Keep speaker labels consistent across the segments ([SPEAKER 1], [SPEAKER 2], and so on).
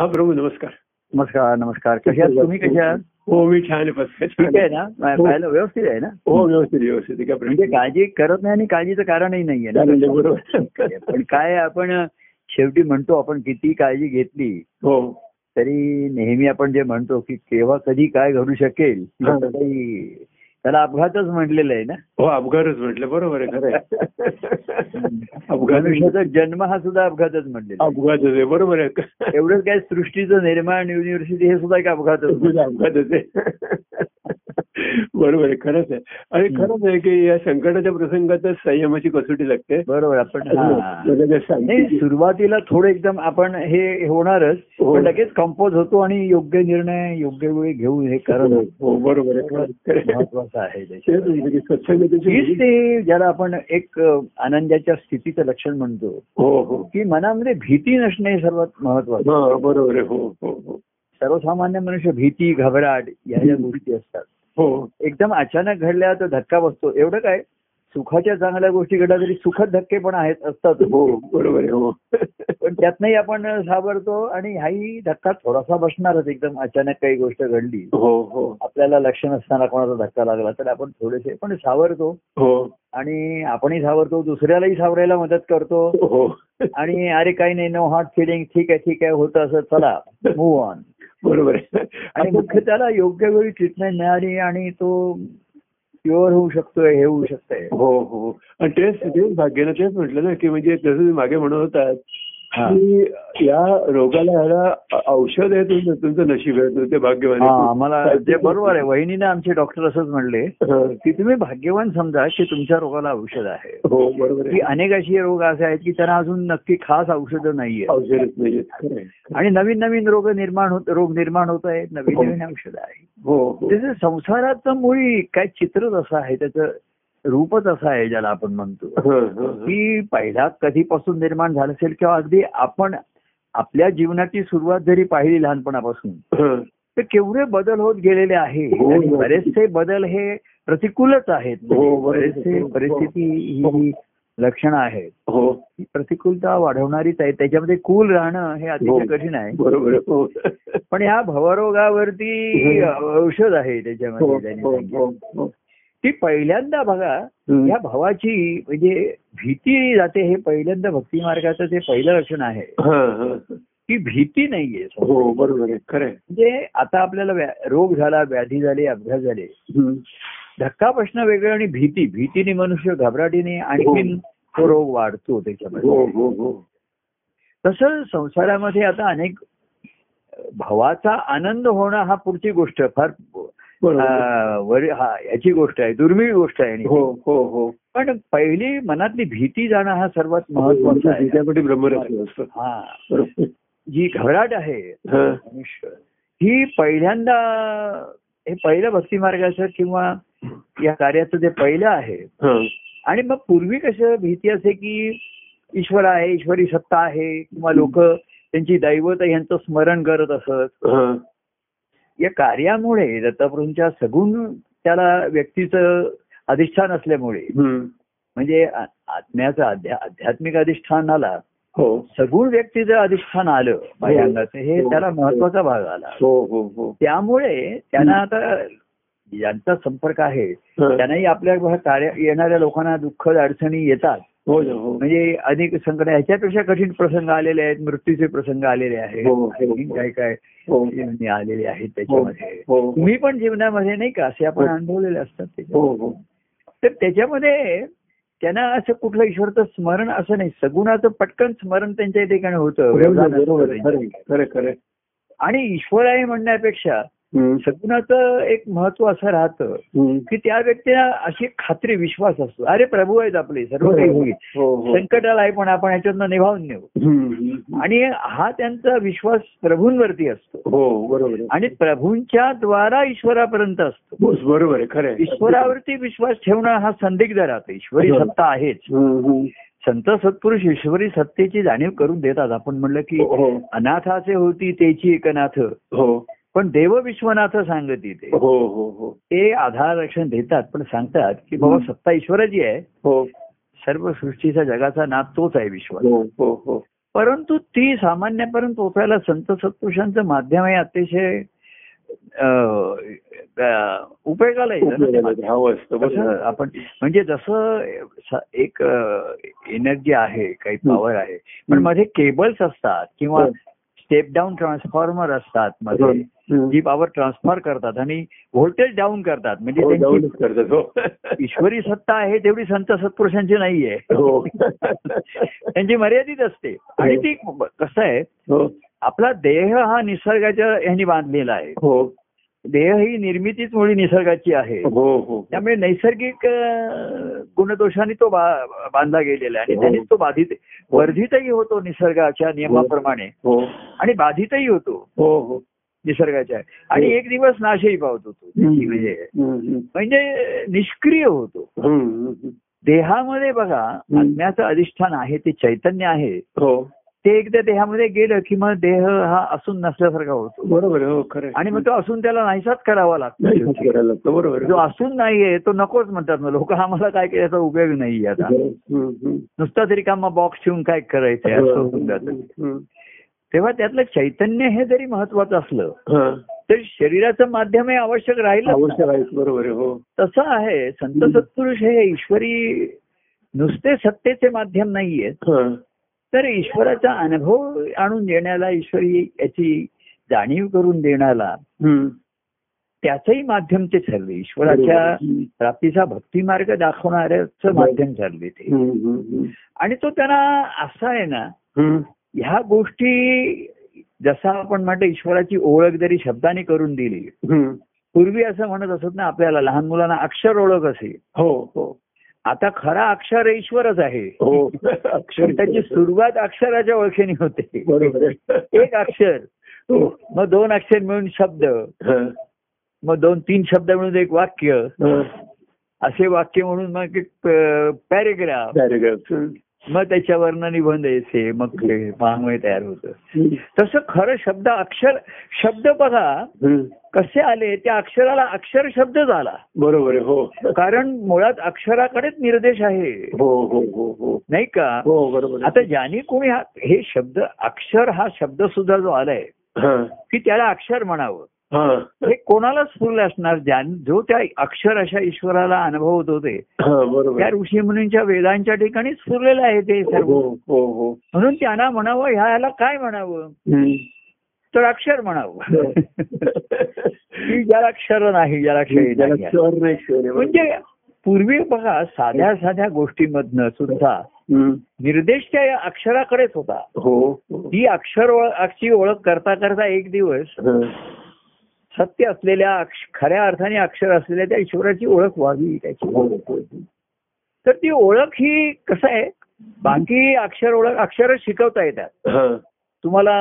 [SPEAKER 1] हा प्रभू नमस्कार
[SPEAKER 2] नमस्कार नमस्कार कशा आहात तुम्ही कशा आहात
[SPEAKER 1] हो मी छान आहे, बस,
[SPEAKER 2] ठीक
[SPEAKER 1] छान
[SPEAKER 2] आहे ना मा-
[SPEAKER 1] हो.
[SPEAKER 2] पाहिलं व्यवस्थित आहे ना
[SPEAKER 1] हो व्यवस्थित व्यवस्थित आहे, काय
[SPEAKER 2] म्हणजे
[SPEAKER 1] प्रश्न
[SPEAKER 2] काळजी करत नाही आणि काळजीचं कारणही नाहीये ना.
[SPEAKER 1] कारण आहे, म्हणजे बरोबर.
[SPEAKER 2] पण काय आपण शेवटी म्हणतो आपण किती काळजी घेतली
[SPEAKER 1] हो
[SPEAKER 2] तरी नेहमी आपण जे म्हणतो की केव्हा कधी काय घडू शकेल
[SPEAKER 1] हा.
[SPEAKER 2] याचं काही त्याला अपघातच म्हटलेलं आहे ना
[SPEAKER 1] हो अपघातच म्हटलं बरोबर आहे खरं आहे अपघात
[SPEAKER 2] मनुष्याचा जन्म हा सुद्धा अपघातच म्हटलेला आहे.
[SPEAKER 1] अपघातच आहे बरोबर आहे
[SPEAKER 2] एवढंच काय सृष्टीचं निर्माण युनिव्हर्सिटी हे सुद्धा एक अपघातच म्हटलं.
[SPEAKER 1] म्हणजे अपघातच आहे बरोबर आहे खरंच आहे आणि खरंच आहे की या संकटाच्या प्रसंगातच संयमाची कसोटी लागते हो,
[SPEAKER 2] बरोबर आपण हा.
[SPEAKER 1] तुला ते सांगते
[SPEAKER 2] नाही
[SPEAKER 1] की-
[SPEAKER 2] सुरुवातीला थोडं एकदम आपण हे होणारच
[SPEAKER 1] हो.
[SPEAKER 2] पण लगेच कंपोज होतो आणि योग्य निर्णय योग्य वेळी घेऊन हे करत
[SPEAKER 1] हो,
[SPEAKER 2] होतो.
[SPEAKER 1] हो बरोबर आहे खरंच, खरं आहे.
[SPEAKER 2] महत्वाचं आहे त्याच्यात.
[SPEAKER 1] तेच म्हणतो की सत्संगतेची
[SPEAKER 2] हीच ते ज्याला आपण एक अ, आनंदाच्या स्थितीचं लक्षण म्हणतो
[SPEAKER 1] हो हो
[SPEAKER 2] की मनामध्ये भीती नसणे हे सर्वात महत्वाचं
[SPEAKER 1] हा बरोबर आहे हो हो हो
[SPEAKER 2] सर्वसामान्य मनुष्य भीती घबराट ह्या ज्या गोष्टी असतात
[SPEAKER 1] हो
[SPEAKER 2] एकदम अचानक घडल्या तर धक्का बसतो एवढं काय सुखाच्या चांगल्या गोष्टी घडल्या तरी सुखद धक्के पण आहेत असतात
[SPEAKER 1] हो बरोबर आहे हो
[SPEAKER 2] पण त्यातनंही आपण सावरतो आणि हाही धक्का थोडासा बसणारच एकदम अचानक काही गोष्ट घडली
[SPEAKER 1] हो हो
[SPEAKER 2] आपल्याला लक्ष नसताना कोणाचा धक्का लागला तर आपण थोडेसे पण सावरतो
[SPEAKER 1] हो
[SPEAKER 2] आणि आपणही सावरतो दुसऱ्यालाही सावरायला मदत करतो
[SPEAKER 1] हो
[SPEAKER 2] आणि अरे काही नाही नो हॉट फिलिंग ठीक आहे ठीक आहे होतं असं चला मूव ऑन
[SPEAKER 1] बरोबर आहे
[SPEAKER 2] आणि मुख्य त्याला योग्य वेळी ट्रीटमेंट मिळाली आणि तो प्युअर होऊ शकतोय हे होऊ शकतंय
[SPEAKER 1] हो हो आणि तेच तेच भाग्यानं तेच म्हटलं ना की म्हणजे जसं तुम्ही मागे म्हणत होतात
[SPEAKER 2] हा.
[SPEAKER 1] की या रोगाला ह्याला अ- औषध आहे तुमचं तुमचं नशीब आहे तुमचे भाग्यवान
[SPEAKER 2] हा,
[SPEAKER 1] आहे.
[SPEAKER 2] आम्हाला जे बरोबर आहे वहिनीने आमचे डॉक्टर असंच म्हणले
[SPEAKER 1] हं.
[SPEAKER 2] की तुम्ही भाग्यवान समजा की तुमच्या रोगाला औषध आहे
[SPEAKER 1] हो बरोबर
[SPEAKER 2] की
[SPEAKER 1] आहे
[SPEAKER 2] अनेक अशी रोग असे आहेत की त्यांना अजून नक्की खास औषधं नाहीये
[SPEAKER 1] औषधच नाहीये खरं आहे.
[SPEAKER 2] आणि नवीन नवीन रोग निर्माण होत रोग निर्माण होत आहेत नवीन नवीन औषधं आहेत
[SPEAKER 1] हो हो
[SPEAKER 2] त्याचं संसाराचं मुळी काय चित्रच असं आहे त्याचं रूपच असं आहे ज्याला आपण म्हणतो
[SPEAKER 1] हं, हं, हं.
[SPEAKER 2] की पहिला कधीपासून निर्माण झालं असेल किंवा अगदी आपण आपल्या जीवनाची सुरुवात जरी पाहिली लहानपणापासून
[SPEAKER 1] हं.
[SPEAKER 2] तर केवढे बदल होत गेलेले आहे
[SPEAKER 1] हो, हो.
[SPEAKER 2] आणि बरेचसे बदल हे प्रतिकूलच आहेत म्हणजे
[SPEAKER 1] हो, बरोबर.
[SPEAKER 2] बरेचसे
[SPEAKER 1] हो.
[SPEAKER 2] परिस्थिती ही लक्षणं आहेत
[SPEAKER 1] हो
[SPEAKER 2] ही प्रतिकूलता वाढवणारीच आहे त्याच्यामध्ये कूल राहणं हे
[SPEAKER 1] हो.
[SPEAKER 2] अतिशय कठीण आहे
[SPEAKER 1] बरोबर आहे. हो
[SPEAKER 2] पण ह्या भवरोगावरती
[SPEAKER 1] हम्म.
[SPEAKER 2] औषध आहे
[SPEAKER 1] हो
[SPEAKER 2] त्याच्यामध्ये त्यांनी
[SPEAKER 1] हो
[SPEAKER 2] सांगितलं.
[SPEAKER 1] हो हो
[SPEAKER 2] ती पहिल्यांदा बघा
[SPEAKER 1] हं.
[SPEAKER 2] ह्या भावाची म्हणजे भीती जाते हे पहिल्यांदा भक्ती मार्गाचं ते पहिलं लक्षण आहे
[SPEAKER 1] हं, हं.
[SPEAKER 2] की भीती नाहीये
[SPEAKER 1] हो बरोबर आहे खरं आहे.
[SPEAKER 2] म्हणजे आता आपल्याला व्या- रोग झाला व्याधी झाली अपघात झाले
[SPEAKER 1] हं.
[SPEAKER 2] धक्का बसणं वेगळं आणि भीती भीतीने मनुष्य घबराटीने आणखीन तो रोग वाढतो त्याच्यामध्ये
[SPEAKER 1] हो हो हो
[SPEAKER 2] तसं संसारामध्ये आता अनेक भावाचा आनंद होणं हा पुढची गोष्ट फार
[SPEAKER 1] बरोबर
[SPEAKER 2] अं, वर- हा याची गोष्ट आहे दुर्मिळ गोष्ट आहे आणि
[SPEAKER 1] हो हो हो
[SPEAKER 2] पण पहिली मनातली भीती जाणं हा सर्वात महत्वाचा आहे
[SPEAKER 1] त्यासाठी ब्रह्मरत्न असतं
[SPEAKER 2] हा
[SPEAKER 1] बरोबर
[SPEAKER 2] जी घबराट आहे
[SPEAKER 1] हा.
[SPEAKER 2] मनुष्य ही पहिल्यांदा हे पहिलं भक्ती मार्गाचं किंवा या कार्याचं जे पहिलं आहे
[SPEAKER 1] हा.
[SPEAKER 2] आणि मग पूर्वी कसं भीती असे की ईश्वर आहे ईश्वरी सत्ता आहे किंवा लोक त्यांची दैवत आहे, यांचं स्मरण करत असत
[SPEAKER 1] हा.
[SPEAKER 2] या कार्यामुळे दत्ताप्रभूंच्या सगुण त्याला व्यक्तीचं अधिष्ठान असल्यामुळे
[SPEAKER 1] हम्म.
[SPEAKER 2] म्हणजे आ- आत्म्याचं आध्या- आध्यात्मिक अधिष्ठानाला
[SPEAKER 1] हो
[SPEAKER 2] सगुण व्यक्तीचं अधिष्ठान आलं बाह्यांगाचं हे
[SPEAKER 1] हो.
[SPEAKER 2] त्याला महत्वाचा भाग आला
[SPEAKER 1] हो हो हो
[SPEAKER 2] त्यामुळे त्यांना आता ज्यांचा संपर्क आहे
[SPEAKER 1] हा.
[SPEAKER 2] त्यांनाही आपल्या भ- कार्य येणाऱ्या लोकांना दुःख अडचणी येतात
[SPEAKER 1] हो ना, हो.
[SPEAKER 2] म्हणजे अनेक संकट ह्याच्यापेक्षा कठीण प्रसंग आलेले आहेत मृत्यूचे प्रसंग आलेले आहेत
[SPEAKER 1] हो, हो, हो.
[SPEAKER 2] आणखीन काय काय
[SPEAKER 1] हो.
[SPEAKER 2] जीवनी आलेले आहेत
[SPEAKER 1] हो.
[SPEAKER 2] त्याच्यामध्ये
[SPEAKER 1] हो.
[SPEAKER 2] तुम्ही पण जीवनामध्ये नाही का असे आपण
[SPEAKER 1] हो.
[SPEAKER 2] अनुभवलेले असतात त्याच्यामध्ये.
[SPEAKER 1] हो, हो.
[SPEAKER 2] तर त्याच्यामध्ये त्यांना असं कुठलं ईश्वरचं स्मरण असं नाही सगुणाचं पटकन स्मरण त्यांच्या ठिकाणी होतं व्यवधान असतं
[SPEAKER 1] बरोबर आहे.
[SPEAKER 2] त्यांच्या.
[SPEAKER 1] खरं आहे. खरं आहे, खरं आहे.
[SPEAKER 2] आणि ईश्वर आहे म्हणण्यापेक्षा
[SPEAKER 1] हम्म.
[SPEAKER 2] सगुणाचं एक महत्व असं राहतं
[SPEAKER 1] हम्म.
[SPEAKER 2] की त्या व्यक्तीला अशी खात्री विश्वास असतो अरे प्रभू आहेत आपले सर्व
[SPEAKER 1] हो,
[SPEAKER 2] काही
[SPEAKER 1] हो.
[SPEAKER 2] होईल
[SPEAKER 1] हो, हो.
[SPEAKER 2] संकटाला आहे पण आपण ह्याच्यातनं निभावून नेऊ
[SPEAKER 1] हम्म, हम्म.
[SPEAKER 2] आणि हा त्यांचा विश्वास प्रभूंवरती असतो
[SPEAKER 1] हो बरोबर आहे.
[SPEAKER 2] आणि प्रभूंच्या द्वारा ईश्वरापर्यंत असतो
[SPEAKER 1] हो, बरोबर आहे खरं आहे.
[SPEAKER 2] ईश्वरावरती विश्वास ठेवणं हा संदिग्ध राहतो ईश्वरी
[SPEAKER 1] हो.
[SPEAKER 2] सत्ता आहेच
[SPEAKER 1] हम्म, हम्म.
[SPEAKER 2] संत सत्पुरुष ईश्वरी सत्तेची जाणीव करून देतात आपण म्हणलं की
[SPEAKER 1] हो,
[SPEAKER 2] अनाथाचे होती त्याची एकनाथ
[SPEAKER 1] हो
[SPEAKER 2] पण देव विश्वनाथ सांगती ते
[SPEAKER 1] हो हो हो
[SPEAKER 2] ते आधार रक्षण देतात पण सांगतात की बाबा
[SPEAKER 1] हं.
[SPEAKER 2] सत्ता ईश्वराची आहे
[SPEAKER 1] हो
[SPEAKER 2] सर्व सृष्टीचा जगाचा नाथ तोच आहे विश्वास
[SPEAKER 1] हो हो हो
[SPEAKER 2] परंतु ती सामान्यापर्यंत पोहोचायला संत सत्पुरुषांचं माध्यम हे अतिशय अं, अं, उपयोगाला येतं ना ते
[SPEAKER 1] उपयोगाला
[SPEAKER 2] माध्यम.
[SPEAKER 1] ते हवं हो, असतं बरोबर
[SPEAKER 2] कसं आपण म्हणजे जसं स- एक एनर्जी आहे काही पॉवर आहे पण
[SPEAKER 1] हम्म.
[SPEAKER 2] मध्ये केबल्स असतात किंवा
[SPEAKER 1] हो.
[SPEAKER 2] स्टेप डाऊन ट्रान्सफॉर्मर असतात मध्ये
[SPEAKER 1] हम्म.
[SPEAKER 2] जी पॉवर ट्रान्सफर करतात आणि व्होल्टेज डाऊन करतात म्हणजे
[SPEAKER 1] हो,
[SPEAKER 2] त्यांची
[SPEAKER 1] जाऊनच करतात हो
[SPEAKER 2] ईश्वरी सत्ता आहे तेवढी संत सत्पुरुषांची नाहीये
[SPEAKER 1] हो
[SPEAKER 2] त्यांची मर्यादित असते आणि ती कसं आहे
[SPEAKER 1] हो
[SPEAKER 2] आपला देह हा निसर्गाच्या ह्यानी बांधलेला आहे
[SPEAKER 1] हो
[SPEAKER 2] देह ही निर्मितीच मुळी निसर्गाची आहे
[SPEAKER 1] हो हो
[SPEAKER 2] त्यामुळे नैसर्गिक अं, गुणदोषाने तो बा- बांधला गेलेला आहे आणि
[SPEAKER 1] हो.
[SPEAKER 2] त्यानेच तो बाधित वर्धितही होतो निसर्गाच्या नियमाप्रमाणे
[SPEAKER 1] हो
[SPEAKER 2] आणि बाधितही होतो
[SPEAKER 1] हो हो
[SPEAKER 2] निसर्गाच्या आणि
[SPEAKER 1] हो.
[SPEAKER 2] एक दिवस नाशही पावतो तो म्हणजे
[SPEAKER 1] हम्म, हम्म.
[SPEAKER 2] म्हणजे निष्क्रिय होतो
[SPEAKER 1] हम्म, हम्म.
[SPEAKER 2] देहामध्ये बघा आत्म्याचं अधिष्ठान आहे ते चैतन्य आहे
[SPEAKER 1] हो
[SPEAKER 2] ते एकदा देहामध्ये गेलं की मग देह हा असून नसल्यासारखा होतो
[SPEAKER 1] बरोबर आहे, हो खरं आहे.
[SPEAKER 2] आणि मग तो असून त्याला नाहीसाच करावा
[SPEAKER 1] नाही,
[SPEAKER 2] लागतो
[SPEAKER 1] करायला लागतं, बरोबर
[SPEAKER 2] जो असून नाहीये तो नकोच म्हणतात मग लोक आम्हाला काय याचा उपयोग नाहीये आता
[SPEAKER 1] हो,
[SPEAKER 2] नुसताच रिकामा बॉक्स ठेवून काय करायचंय असं होऊन जातं. तेव्हा त्यातलं चैतन्य हे जरी महत्वाचं असलं तरी शरीराचं माध्यम हे आवश्यक राहिलं
[SPEAKER 1] आवश्यक आहे बरोबर आहे, हो
[SPEAKER 2] तसं आहे संत
[SPEAKER 1] हम्म.
[SPEAKER 2] सत्पुरुष हे ईश्वरी नुसते सत्तेचे माध्यम नाहीये
[SPEAKER 1] हं.
[SPEAKER 2] तर ईश्वराचा अनुभव आणून देण्याला ईश्वरी याची जाणीव करून देण्याला
[SPEAKER 1] हम्म.
[SPEAKER 2] त्याचंही माध्यम ते ठरले ईश्वराच्या
[SPEAKER 1] हम्म,
[SPEAKER 2] प्राप्तीचा भक्ती मार्ग दाखवणाऱ्याचं माध्यम ठरले ते
[SPEAKER 1] हम्म, हम्म,
[SPEAKER 2] आणि तो त्यांना असा आहे ना
[SPEAKER 1] हम्म.
[SPEAKER 2] ह्या गोष्टी जसं आपण म्हणतो ईश्वराची ओळख जरी शब्दाने करून दिली
[SPEAKER 1] हम्म.
[SPEAKER 2] पूर्वी असं म्हणत असत ना आपल्याला लहान मुलांना अक्षर ओळख असे
[SPEAKER 1] हो हो
[SPEAKER 2] आता खरा अक्षर ईश्वरच आहे
[SPEAKER 1] हो
[SPEAKER 2] पण त्याची सुरुवात अक्षराच्या ओळखीने होते
[SPEAKER 1] बरोबर आहे.
[SPEAKER 2] एक अक्षर
[SPEAKER 1] हो
[SPEAKER 2] मग दोन अक्षर मिळून शब्द
[SPEAKER 1] हं,
[SPEAKER 2] मग दोन तीन शब्द मिळून एक वाक्य
[SPEAKER 1] हं.
[SPEAKER 2] असे वाक्य म्हणून मग एक पॅरेग्राफ
[SPEAKER 1] Paragraphs. हं.
[SPEAKER 2] मग त्याच्यावरनं निबंध येते मग ते वाङ्मय तयार होतं
[SPEAKER 1] हं.
[SPEAKER 2] तसं खरं शब्द अक्षर शब्द बघा
[SPEAKER 1] हं.
[SPEAKER 2] कसे आले त्या अक्षराला अक्षर शब्द झाला
[SPEAKER 1] बरोबर आहे, हो
[SPEAKER 2] कारण मुळात अक्षराकडेच निर्देश आहे
[SPEAKER 1] हो हो हो हो
[SPEAKER 2] नाही का
[SPEAKER 1] हो बरोबर
[SPEAKER 2] आता ज्याने कोणी हा हे शब्द अक्षर हा शब्द सुद्धा जो आलाय
[SPEAKER 1] हां
[SPEAKER 2] की त्याला अक्षर म्हणावं
[SPEAKER 1] हां
[SPEAKER 2] हे कोणालाच फुलं असणार ज्या जो त्या अक्षर अशा ईश्वराला अनुभवत होते
[SPEAKER 1] हां बरोबर
[SPEAKER 2] त्या ऋषी मुनींच्या वेदांच्या ठिकाणीच फुरलेलं आहे ते सर्व
[SPEAKER 1] हो हो हो
[SPEAKER 2] म्हणून त्यांना म्हणावं ह्याला काय म्हणावं
[SPEAKER 1] हं.
[SPEAKER 2] तर अक्षर म्हणावं
[SPEAKER 1] हो.
[SPEAKER 2] की ज्याला अक्षर नाही ज्याला अक्षर
[SPEAKER 1] त्याला
[SPEAKER 2] नाही.
[SPEAKER 1] क्षर नाही क्षर आहे.
[SPEAKER 2] म्हणजे पूर्वी बघा साध्या साध्या गोष्टीमधनं सुद्धा
[SPEAKER 1] हं.
[SPEAKER 2] निर्देश त्या या अक्षराकडेच होता
[SPEAKER 1] हो हो.
[SPEAKER 2] ती अक्षर ओळखची ओळख करता करता एक दिवस
[SPEAKER 1] हं.
[SPEAKER 2] सत्य असलेल्या अक्ष- खऱ्या अर्थाने अक्षर असलेल्या त्या ईश्वराची ओळख व्हावी त्याची
[SPEAKER 1] हो,
[SPEAKER 2] ओळख.
[SPEAKER 1] हो.
[SPEAKER 2] तर ती ओळख ही कसं आहे बाकी अक्षर ओळख अक्षर शिकवता येतात
[SPEAKER 1] हं.
[SPEAKER 2] तुम्हाला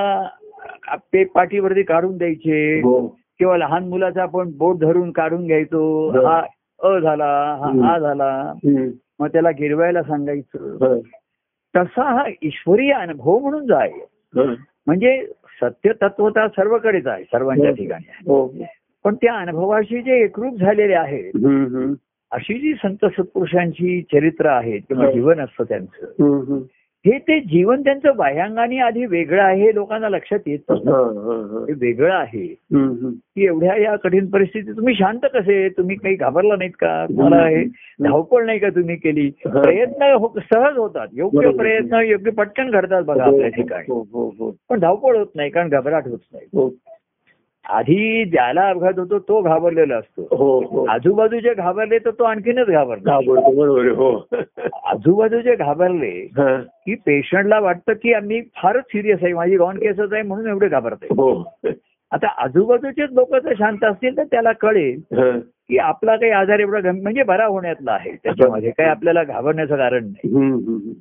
[SPEAKER 2] अ- ते पाठीवरती काढून द्यायचे
[SPEAKER 1] हो
[SPEAKER 2] किंवा लहान मुलाचा आपण बोट धरून काढून घ्यायचो
[SPEAKER 1] हो.
[SPEAKER 2] हा अ झाला हा
[SPEAKER 1] हम्म.
[SPEAKER 2] आ झाला
[SPEAKER 1] हं.
[SPEAKER 2] मग त्याला गिरवायला सांगायचं
[SPEAKER 1] हं.
[SPEAKER 2] तसा हा ईश्वरीय अनुभव म्हणून जो आहे
[SPEAKER 1] हं.
[SPEAKER 2] म्हणजे सत्य तत्वता सर्वकडेच आहे सर्वांच्या
[SPEAKER 1] हो.
[SPEAKER 2] ठिकाणी आहे.
[SPEAKER 1] हो
[SPEAKER 2] पण त्या अनुभवाशी जे एकरूप झालेले आहे
[SPEAKER 1] हं, हं.
[SPEAKER 2] अशी जी संत सत्पुरुषांची चरित्र आहेत किंवा
[SPEAKER 1] हो.
[SPEAKER 2] जीवन असतं त्यांचं
[SPEAKER 1] हं, हं.
[SPEAKER 2] हे ते जीवन त्यांचं बाह्यांगाने आधी वेगळं आहे हे लोकांना लक्षात येत नाही.
[SPEAKER 1] हं, हं, हं.
[SPEAKER 2] हे वेगळं आहे
[SPEAKER 1] हं, हं.
[SPEAKER 2] की एवढ्या या कठीण परिस्थितीत तुम्ही शांत कसे तुम्ही काही घाबरला नाहीत का तुम्हाला हे धावपळ नाही का तुम्ही केली
[SPEAKER 1] हा.
[SPEAKER 2] प्रयत्न हो- सहज होतात योग्य
[SPEAKER 1] बरोबर.
[SPEAKER 2] प्रयत्न योग्य पटकन घडतात बघा आपल्या ठिकाणी
[SPEAKER 1] हो हो हो
[SPEAKER 2] पण धावपळ होत नाही कारण घबराट होत नाही
[SPEAKER 1] हो
[SPEAKER 2] आधी ज्याला अपघात होतो तो घाबरलेला असतो
[SPEAKER 1] हो हो
[SPEAKER 2] आजूबाजूचे घाबरले तर तो आणखीनच घाबरला
[SPEAKER 1] घाबरतो बरोबर आहे, हो
[SPEAKER 2] आजूबाजूचे घाबरले
[SPEAKER 1] हं.
[SPEAKER 2] की पेशंटला वाटतं की आम्ही फारच सिरियस आहे माझी गॉन केसच आहे म्हणून एवढे घाबरते
[SPEAKER 1] हो
[SPEAKER 2] आता आजूबाजूचेच लोक जर शांत असतील तर त्याला कळेल
[SPEAKER 1] हं.
[SPEAKER 2] की आपला काही आजार एवढा गंभीर म्हणजे बरा होण्यातला आहे त्याच्यामध्ये काही आपल्याला घाबरण्याचं कारण नाही
[SPEAKER 1] हं, हं.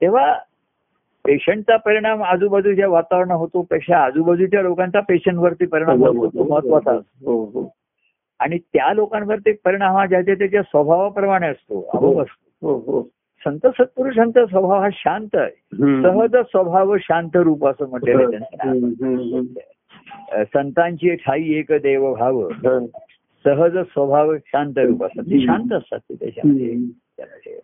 [SPEAKER 2] तेव्हा पेशंटचा परिणाम आजूबाजूच्या वातावरण होतो पेक्षा आजूबाजूच्या लोकांचा पेशंटवरती परिणाम होतो तो महत्वाचा असतो.
[SPEAKER 1] हो हो
[SPEAKER 2] आणि त्या लोकांवरती परिणाम हा ज्याच्या त्याच्या स्वभावाप्रमाणे असतो अभाव असतो
[SPEAKER 1] हो हो
[SPEAKER 2] संत सत्पुरुषांचा स्वभाव हा शांत आहे
[SPEAKER 1] हं.
[SPEAKER 2] सहज स्वभाव शांत रूप असं म्हटलेलं आहे त्यांचं.
[SPEAKER 1] हं, हं, हं.
[SPEAKER 2] अं, संतांची ठाई एक देव भाव
[SPEAKER 1] हं.
[SPEAKER 2] सहज स्वभाव शांत रूप असतात ते शांत असतात ते त्याच्यामध्ये
[SPEAKER 1] हं.
[SPEAKER 2] त्यामध्ये.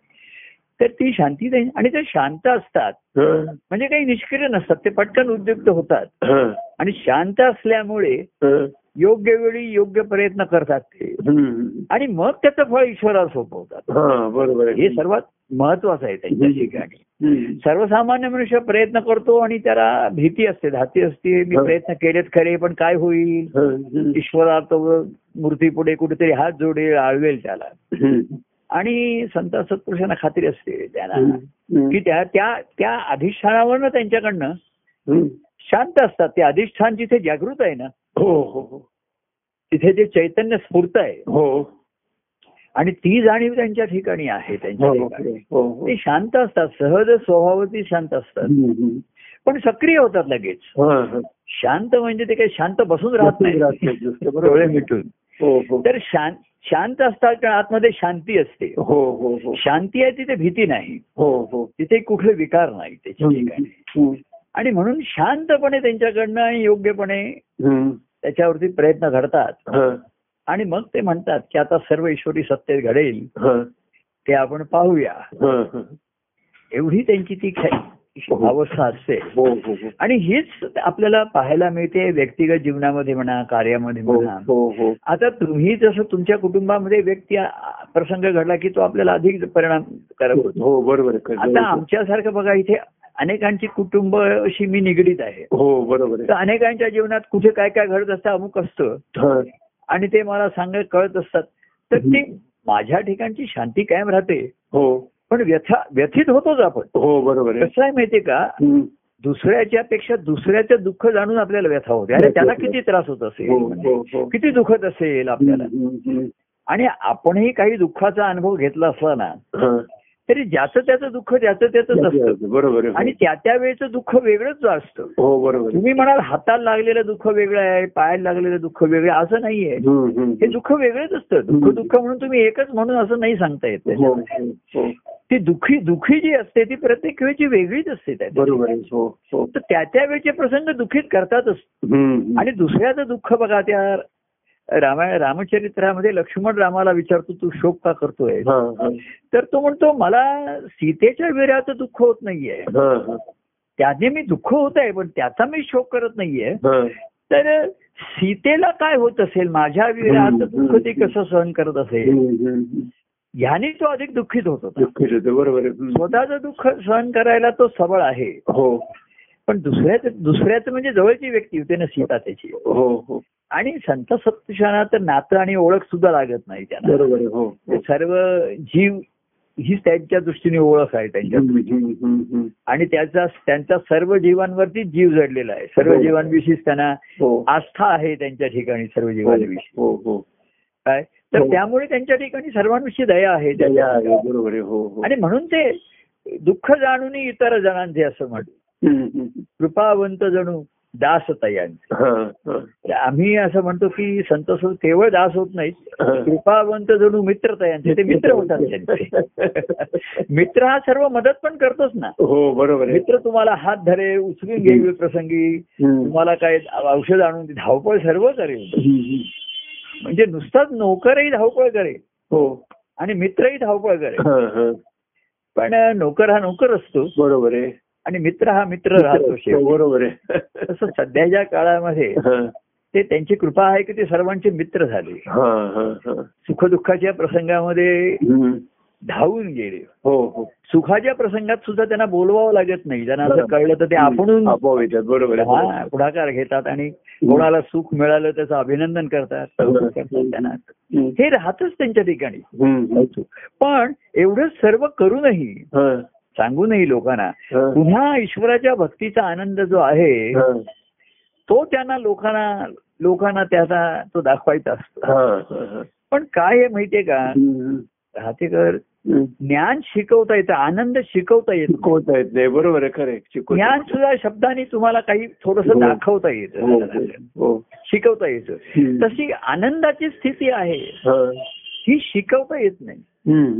[SPEAKER 2] तर ती शांती दे आणि ते शांत असतात
[SPEAKER 1] हं,
[SPEAKER 2] म्हणजे काही निष्क्रिय नसतात ते पटकन उद्युक्त होतात
[SPEAKER 1] हं,
[SPEAKER 2] आणि शांत असल्यामुळे
[SPEAKER 1] हं,
[SPEAKER 2] योग्य वेळी योग्य प्रयत्न करतात ते
[SPEAKER 1] हं.
[SPEAKER 2] आणि मग त्याचं फळ ईश्वराला सोपवतात
[SPEAKER 1] हा बरोबर आहे
[SPEAKER 2] हे सर्वात महत्वाचं आहे त्यांच्या ठिकाणी
[SPEAKER 1] हं,
[SPEAKER 2] सर्वसामान्य मनुष्य प्रयत्न करतो आणि त्याला भीती असते धाती असते मी
[SPEAKER 1] हो.
[SPEAKER 2] प्रयत्न केलेत खरे पण काय होईल
[SPEAKER 1] हं, हं,
[SPEAKER 2] ईश्वरा तो मूर्ती पुढे कुठेतरी हात जोडेल आळवेल त्याला
[SPEAKER 1] हं,
[SPEAKER 2] आणि संत सत्पुरुषांना खात्री असते त्याला
[SPEAKER 1] हं, हं,
[SPEAKER 2] की त्या त्या त्या अधिष्ठानावरनं त्यांच्याकडनं
[SPEAKER 1] हं.
[SPEAKER 2] शांत असतात ते अधिष्ठान जिथे जागृत आहे ना
[SPEAKER 1] हो हो हो.
[SPEAKER 2] तिथे जे चैतन्य स्फूर्त आहे
[SPEAKER 1] हो
[SPEAKER 2] आणि ती जाणीव त्यांच्या ठिकाणी आहे त्यांच्या
[SPEAKER 1] हो
[SPEAKER 2] ठिकाणी
[SPEAKER 1] हो हो.
[SPEAKER 2] ते शांत असतात सहज स्वभावाती शांत असतात
[SPEAKER 1] हं, हं.
[SPEAKER 2] पण सक्रिय होतात लगेच
[SPEAKER 1] हा, हा.
[SPEAKER 2] शांत म्हणजे ते काही शांत बसून
[SPEAKER 1] राहत
[SPEAKER 2] राहत नाही
[SPEAKER 1] नाही, दुसरं बरोबर.
[SPEAKER 2] डोळे मिटून
[SPEAKER 1] हो हो
[SPEAKER 2] तर शांत शांत असतात कारण आतमध्ये शांती असते
[SPEAKER 1] हो हो हो
[SPEAKER 2] शांती आहे तिथे भीती नाही
[SPEAKER 1] हो हो
[SPEAKER 2] तिथे कुठले विकार नाही त्याच्या ठिकाणी
[SPEAKER 1] हं,
[SPEAKER 2] आणि म्हणून शांतपणे त्यांच्याकडनं आणि योग्यपणे
[SPEAKER 1] हं.
[SPEAKER 2] त्याच्यावरती प्रयत्न घडतात
[SPEAKER 1] हा,
[SPEAKER 2] आणि मग ते म्हणतात की आता सर्व ईश्वरी सत्य घडेल
[SPEAKER 1] हा,
[SPEAKER 2] ते आपण पाहूया
[SPEAKER 1] हा, हा.
[SPEAKER 2] एवढी त्यांची ती खे- अवस्था असते
[SPEAKER 1] हो हो हो.
[SPEAKER 2] आणि हीच आपल्याला पाहायला मिळते व्यक्तिगत जीवनामध्ये म्हणा कार्यामध्ये
[SPEAKER 1] हो
[SPEAKER 2] म्हणा
[SPEAKER 1] हो हो
[SPEAKER 2] आता तुम्ही जसं तुमच्या कुटुंबामध्ये व्यक्ती आ- प्रसंग घडला की तो आपल्याला अधिक परिणाम करत होतो
[SPEAKER 1] हो बरोबर आहे.
[SPEAKER 2] आता आमच्यासारखं बघा इथे अनेकांची कुटुंबाशी मी निगडीत आहे
[SPEAKER 1] हो बरोबर
[SPEAKER 2] तर
[SPEAKER 1] आहे
[SPEAKER 2] अनेकांच्या जीवनात कुठे काय काय घडत असतं अमुक असतं
[SPEAKER 1] हा,
[SPEAKER 2] आणि ते मला सांग कळत असतात तर
[SPEAKER 1] हम्म.
[SPEAKER 2] ते माझ्या ठिकाणची शांती कायम राहते
[SPEAKER 1] हो
[SPEAKER 2] पण व्यथा व्यथित होतोच आपण
[SPEAKER 1] हो बरोबर आहे
[SPEAKER 2] कसं आहे माहितीये का
[SPEAKER 1] हं,
[SPEAKER 2] दुसऱ्याच्या पेक्षा दुसऱ्याचं दुःख जाणून आपल्याला व्यथा होते अरे त्याला किती त्रास होत
[SPEAKER 1] हो
[SPEAKER 2] असेल
[SPEAKER 1] हो हो
[SPEAKER 2] किती दुखत असेल आपल्याला
[SPEAKER 1] हं, हं,
[SPEAKER 2] आणि आपणही काही दुःखाचा अनुभव घेतला असला ना
[SPEAKER 1] हं.
[SPEAKER 2] तरी ज्याचं त्याचं दुःख ज्याचं त्याचंच असतं
[SPEAKER 1] हा, बरोबर आहे
[SPEAKER 2] आणि त्या त्या वेळेचं दुःख वेगळंच असतं
[SPEAKER 1] हो बरोबर आहे
[SPEAKER 2] तुम्ही म्हणाल हाताला लागलेलं दुःख वेगळं आहे पायाला लागलेलं दुःख वेगळं आहे, असं नाहीये
[SPEAKER 1] हं, हं,
[SPEAKER 2] हे दुःख वेगळंच असतं दुःख
[SPEAKER 1] हम्म.
[SPEAKER 2] दुःख म्हणून तुम्ही एकच म्हणून असं नाही सांगता येत
[SPEAKER 1] हो
[SPEAKER 2] त्याच्यामध्ये.
[SPEAKER 1] हो हो
[SPEAKER 2] ती दुःखी दुःखी जी असते ती प्रत्येक वेळची वेगळीच असते त्यात
[SPEAKER 1] बरोबर आहे हो हो
[SPEAKER 2] तर त्या त्या वेळचे प्रसंग दुःखीत करतातच
[SPEAKER 1] हं, हं.
[SPEAKER 2] आणि दुसऱ्याचं दुःख बघा त्या रामायण रामचरित्रामध्ये लक्ष्मण रामाला विचारतो तू शोक का करतोय
[SPEAKER 1] हा, हा.
[SPEAKER 2] तर तो म्हणतो मला सीतेच्या विराचं दुःख होत नाहीये
[SPEAKER 1] हा, हा.
[SPEAKER 2] त्याने मी दुःख होत आहे पण त्याचा मी शोक करत नाहीये
[SPEAKER 1] हा.
[SPEAKER 2] तर सीतेला काय होत असेल माझ्या विराचं दुःख ते कसं सहन करत असेल
[SPEAKER 1] हं, हं, हं.
[SPEAKER 2] ह्याने तो अधिक दुःखीत होत होता
[SPEAKER 1] दुःखीत होतं, बरोबर आहे हं.
[SPEAKER 2] स्वतःचं दुःख सहन करायला तो सबळ आहे
[SPEAKER 1] हो
[SPEAKER 2] पण दुसऱ्याचं दुसऱ्याचं म्हणजे जवळची व्यक्ती होते ना सीता त्याची
[SPEAKER 1] हो हो
[SPEAKER 2] आणि संत सप्तशाना तर नातं आणि ओळख सुद्धा लागत नाही त्यांना
[SPEAKER 1] बरोबर आहे हो
[SPEAKER 2] ते
[SPEAKER 1] हो.
[SPEAKER 2] सर्व जीव हीच त्यांच्या दृष्टीने ओळख आहे त्यांच्या
[SPEAKER 1] हं, हं, हं, हं.
[SPEAKER 2] आणि त्याचा त्यांचा सर्व जीवांवरती जीव जडलेला आहे सर्व
[SPEAKER 1] हो.
[SPEAKER 2] जीवांविषयी त्यांना
[SPEAKER 1] हो
[SPEAKER 2] आस्था आहे त्यांच्या ठिकाणी सर्व जीवांविषयी
[SPEAKER 1] हो हो
[SPEAKER 2] काय तर
[SPEAKER 1] हो.
[SPEAKER 2] त्यामुळे त्यांच्या ठिकाणी सर्वांविषयी दया आहे
[SPEAKER 1] दया
[SPEAKER 2] त्यांच्या
[SPEAKER 1] आहे, बरोबर आहे हो हो
[SPEAKER 2] आणि म्हणून ते दुःख जाणून इतर जणांचे असं म्हणत
[SPEAKER 1] हं, हं, हं.
[SPEAKER 2] कृपावंत जणू दास तयांचे
[SPEAKER 1] हा, हा.
[SPEAKER 2] तर आम्ही असं म्हणतो की संत सो- केवळ दास होत नाहीत
[SPEAKER 1] हा.
[SPEAKER 2] कृपावंत जणू मित्र तयांचे ते मित्र होतात त्यांचे मित्र हा सर्व मदत पण करतोच ना
[SPEAKER 1] हो बरोबर आहे
[SPEAKER 2] मित्र तुम्हाला हात धरे उचलून घेईल प्रसंगी
[SPEAKER 1] हं.
[SPEAKER 2] तुम्हाला काय औषध आणून दे- धावपळ सर्व करेल
[SPEAKER 1] हं, हं.
[SPEAKER 2] म्हणजे नुसताच नोकरही धावपळ करेल
[SPEAKER 1] हो
[SPEAKER 2] आणि मित्रही धावपळ करेल
[SPEAKER 1] हा, हा.
[SPEAKER 2] पण नोकर हा नोकर असतो
[SPEAKER 1] बरोबर आहे
[SPEAKER 2] आणि मित्र हा मित्र राहतो शेवटी.
[SPEAKER 1] हो, बरोबर आहे
[SPEAKER 2] तसं सध्याच्या काळामध्ये
[SPEAKER 1] हा,
[SPEAKER 2] ते त्यांची कृपा आहे की ते सर्वांचे मित्र झाले
[SPEAKER 1] हा, हा, हा.
[SPEAKER 2] सुखदुःखाच्या प्रसंगामध्ये
[SPEAKER 1] हं.
[SPEAKER 2] धावून गेले
[SPEAKER 1] हो हो
[SPEAKER 2] सुखाच्या प्रसंगात सुद्धा त्यांना बोलवावं लागत नाही त्यांना असं
[SPEAKER 1] बरोबर.
[SPEAKER 2] कळलं तर ते आपणून
[SPEAKER 1] आपोआप येतात बरोबर आहे
[SPEAKER 2] हा, पुढाकार घेतात आणि कोणाला सुख मिळालं त्याचं अभिनंदन करतात कौतुक करतात त्यांना
[SPEAKER 1] हं.
[SPEAKER 2] हे राहतच त्यांच्या ठिकाणी
[SPEAKER 1] हं, हं.
[SPEAKER 2] पण एवढं सर्व करूनही
[SPEAKER 1] हा,
[SPEAKER 2] सांगूनही लोकांना
[SPEAKER 1] हा.
[SPEAKER 2] पुन्हा ईश्वराच्या भक्तीचा आनंद जो आहे
[SPEAKER 1] हा,
[SPEAKER 2] तो त्यांना लोकांना लोकांना त्याचा तो दाखवायचा असतो
[SPEAKER 1] हा, हा, हा.
[SPEAKER 2] पण काय आहे माहितीये का
[SPEAKER 1] हं,
[SPEAKER 2] राहतेकर
[SPEAKER 1] हं.
[SPEAKER 2] ज्ञान शिकवता येतं आनंद शिकवता येतो
[SPEAKER 1] शिकवता येत नाही बरोबर आहे खरं आहे, शिकवता
[SPEAKER 2] ज्ञान सुद्धा शब्दाने तुम्हाला काही थोडस
[SPEAKER 1] हो.
[SPEAKER 2] दाखवता
[SPEAKER 1] हो
[SPEAKER 2] येतं
[SPEAKER 1] हो
[SPEAKER 2] शिकवता येतं
[SPEAKER 1] हं.
[SPEAKER 2] तशी आनंदाची स्थिती आहे
[SPEAKER 1] हा.
[SPEAKER 2] ही शिकवता येत नाही
[SPEAKER 1] हं.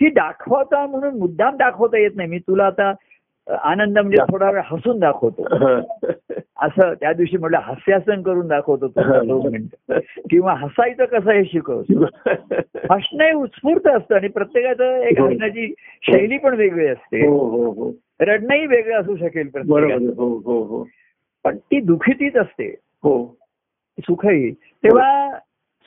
[SPEAKER 2] ही दाखवता म्हणून मुद्दाम दाखवता येत नाही मी तुला आता आनंद म्हणजे थोडा वेळ हसून दाखवतो असं त्या दिवशी म्हटलं हास्यासन करून दाखवतो
[SPEAKER 1] हो.
[SPEAKER 2] तुला दोन मिनिटं किंवा हसायचं कसं हे शिकवतो हसणं हे उत्स्फूर्त असतं आणि प्रत्येकाचं एक हसण्याची शैली पण वेगळी असते
[SPEAKER 1] हो हो हो
[SPEAKER 2] रडणंही वेगळं असू शकेल प्रत्येकाचं
[SPEAKER 1] बरोबर हो हो हो
[SPEAKER 2] पण ती दुखीतीच असते
[SPEAKER 1] हो
[SPEAKER 2] सुखही तेव्हा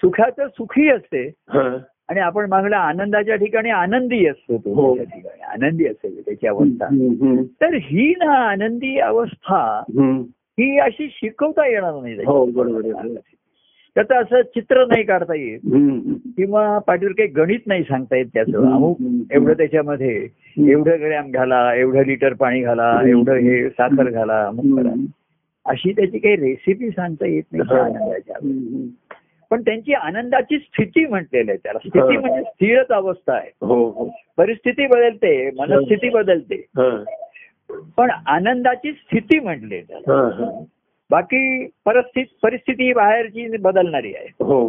[SPEAKER 2] सुखाचं सुखी असते
[SPEAKER 1] हा.
[SPEAKER 2] आणि आपण मागला आनंदाच्या ठिकाणी आनंदी असतो तो
[SPEAKER 1] हो.
[SPEAKER 2] त्याच्या ठिकाणी आनंदी असेल त्याची अवस्था
[SPEAKER 1] हम्म, हम्म,
[SPEAKER 2] तर ही ना आनंदी अवस्था
[SPEAKER 1] हम्म.
[SPEAKER 2] ही अशी शिकवता येणार नाही त्याची.
[SPEAKER 1] हो बरोबर आहे. हो.
[SPEAKER 2] त्याचं असं चित्र नाही काढता येत
[SPEAKER 1] हम्म,
[SPEAKER 2] किंवा पाठीवर काही गणित नाही सांगता येत त्याचं
[SPEAKER 1] हम्म,
[SPEAKER 2] अमुक
[SPEAKER 1] हम्म.
[SPEAKER 2] एवढं त्याच्यामध्ये एवढं ग्रॅम घाला एवढं लिटर पाणी घाला
[SPEAKER 1] हम्म.
[SPEAKER 2] एवढं हे साखर घाला अमुक करा
[SPEAKER 1] हम्म,
[SPEAKER 2] अशी त्याची काही रेसिपी सांगता येत नाही त्या
[SPEAKER 1] हा.
[SPEAKER 2] आनंदाच्या
[SPEAKER 1] हम्म.
[SPEAKER 2] पण त्यांची आनंदाची स्थिती म्हटलेली आहे त्याला स्थिती
[SPEAKER 1] हा.
[SPEAKER 2] म्हणजे स्थिरच अवस्था आहे
[SPEAKER 1] हो हो
[SPEAKER 2] परिस्थिती बदलते मनस्थिती बदलते
[SPEAKER 1] हा,
[SPEAKER 2] पण आनंदाची स्थिती म्हटले त्याला
[SPEAKER 1] हा, हा.
[SPEAKER 2] बाकी परिस्थिती परिस्थिती ही बाहेरची बदलणारी आहे
[SPEAKER 1] हो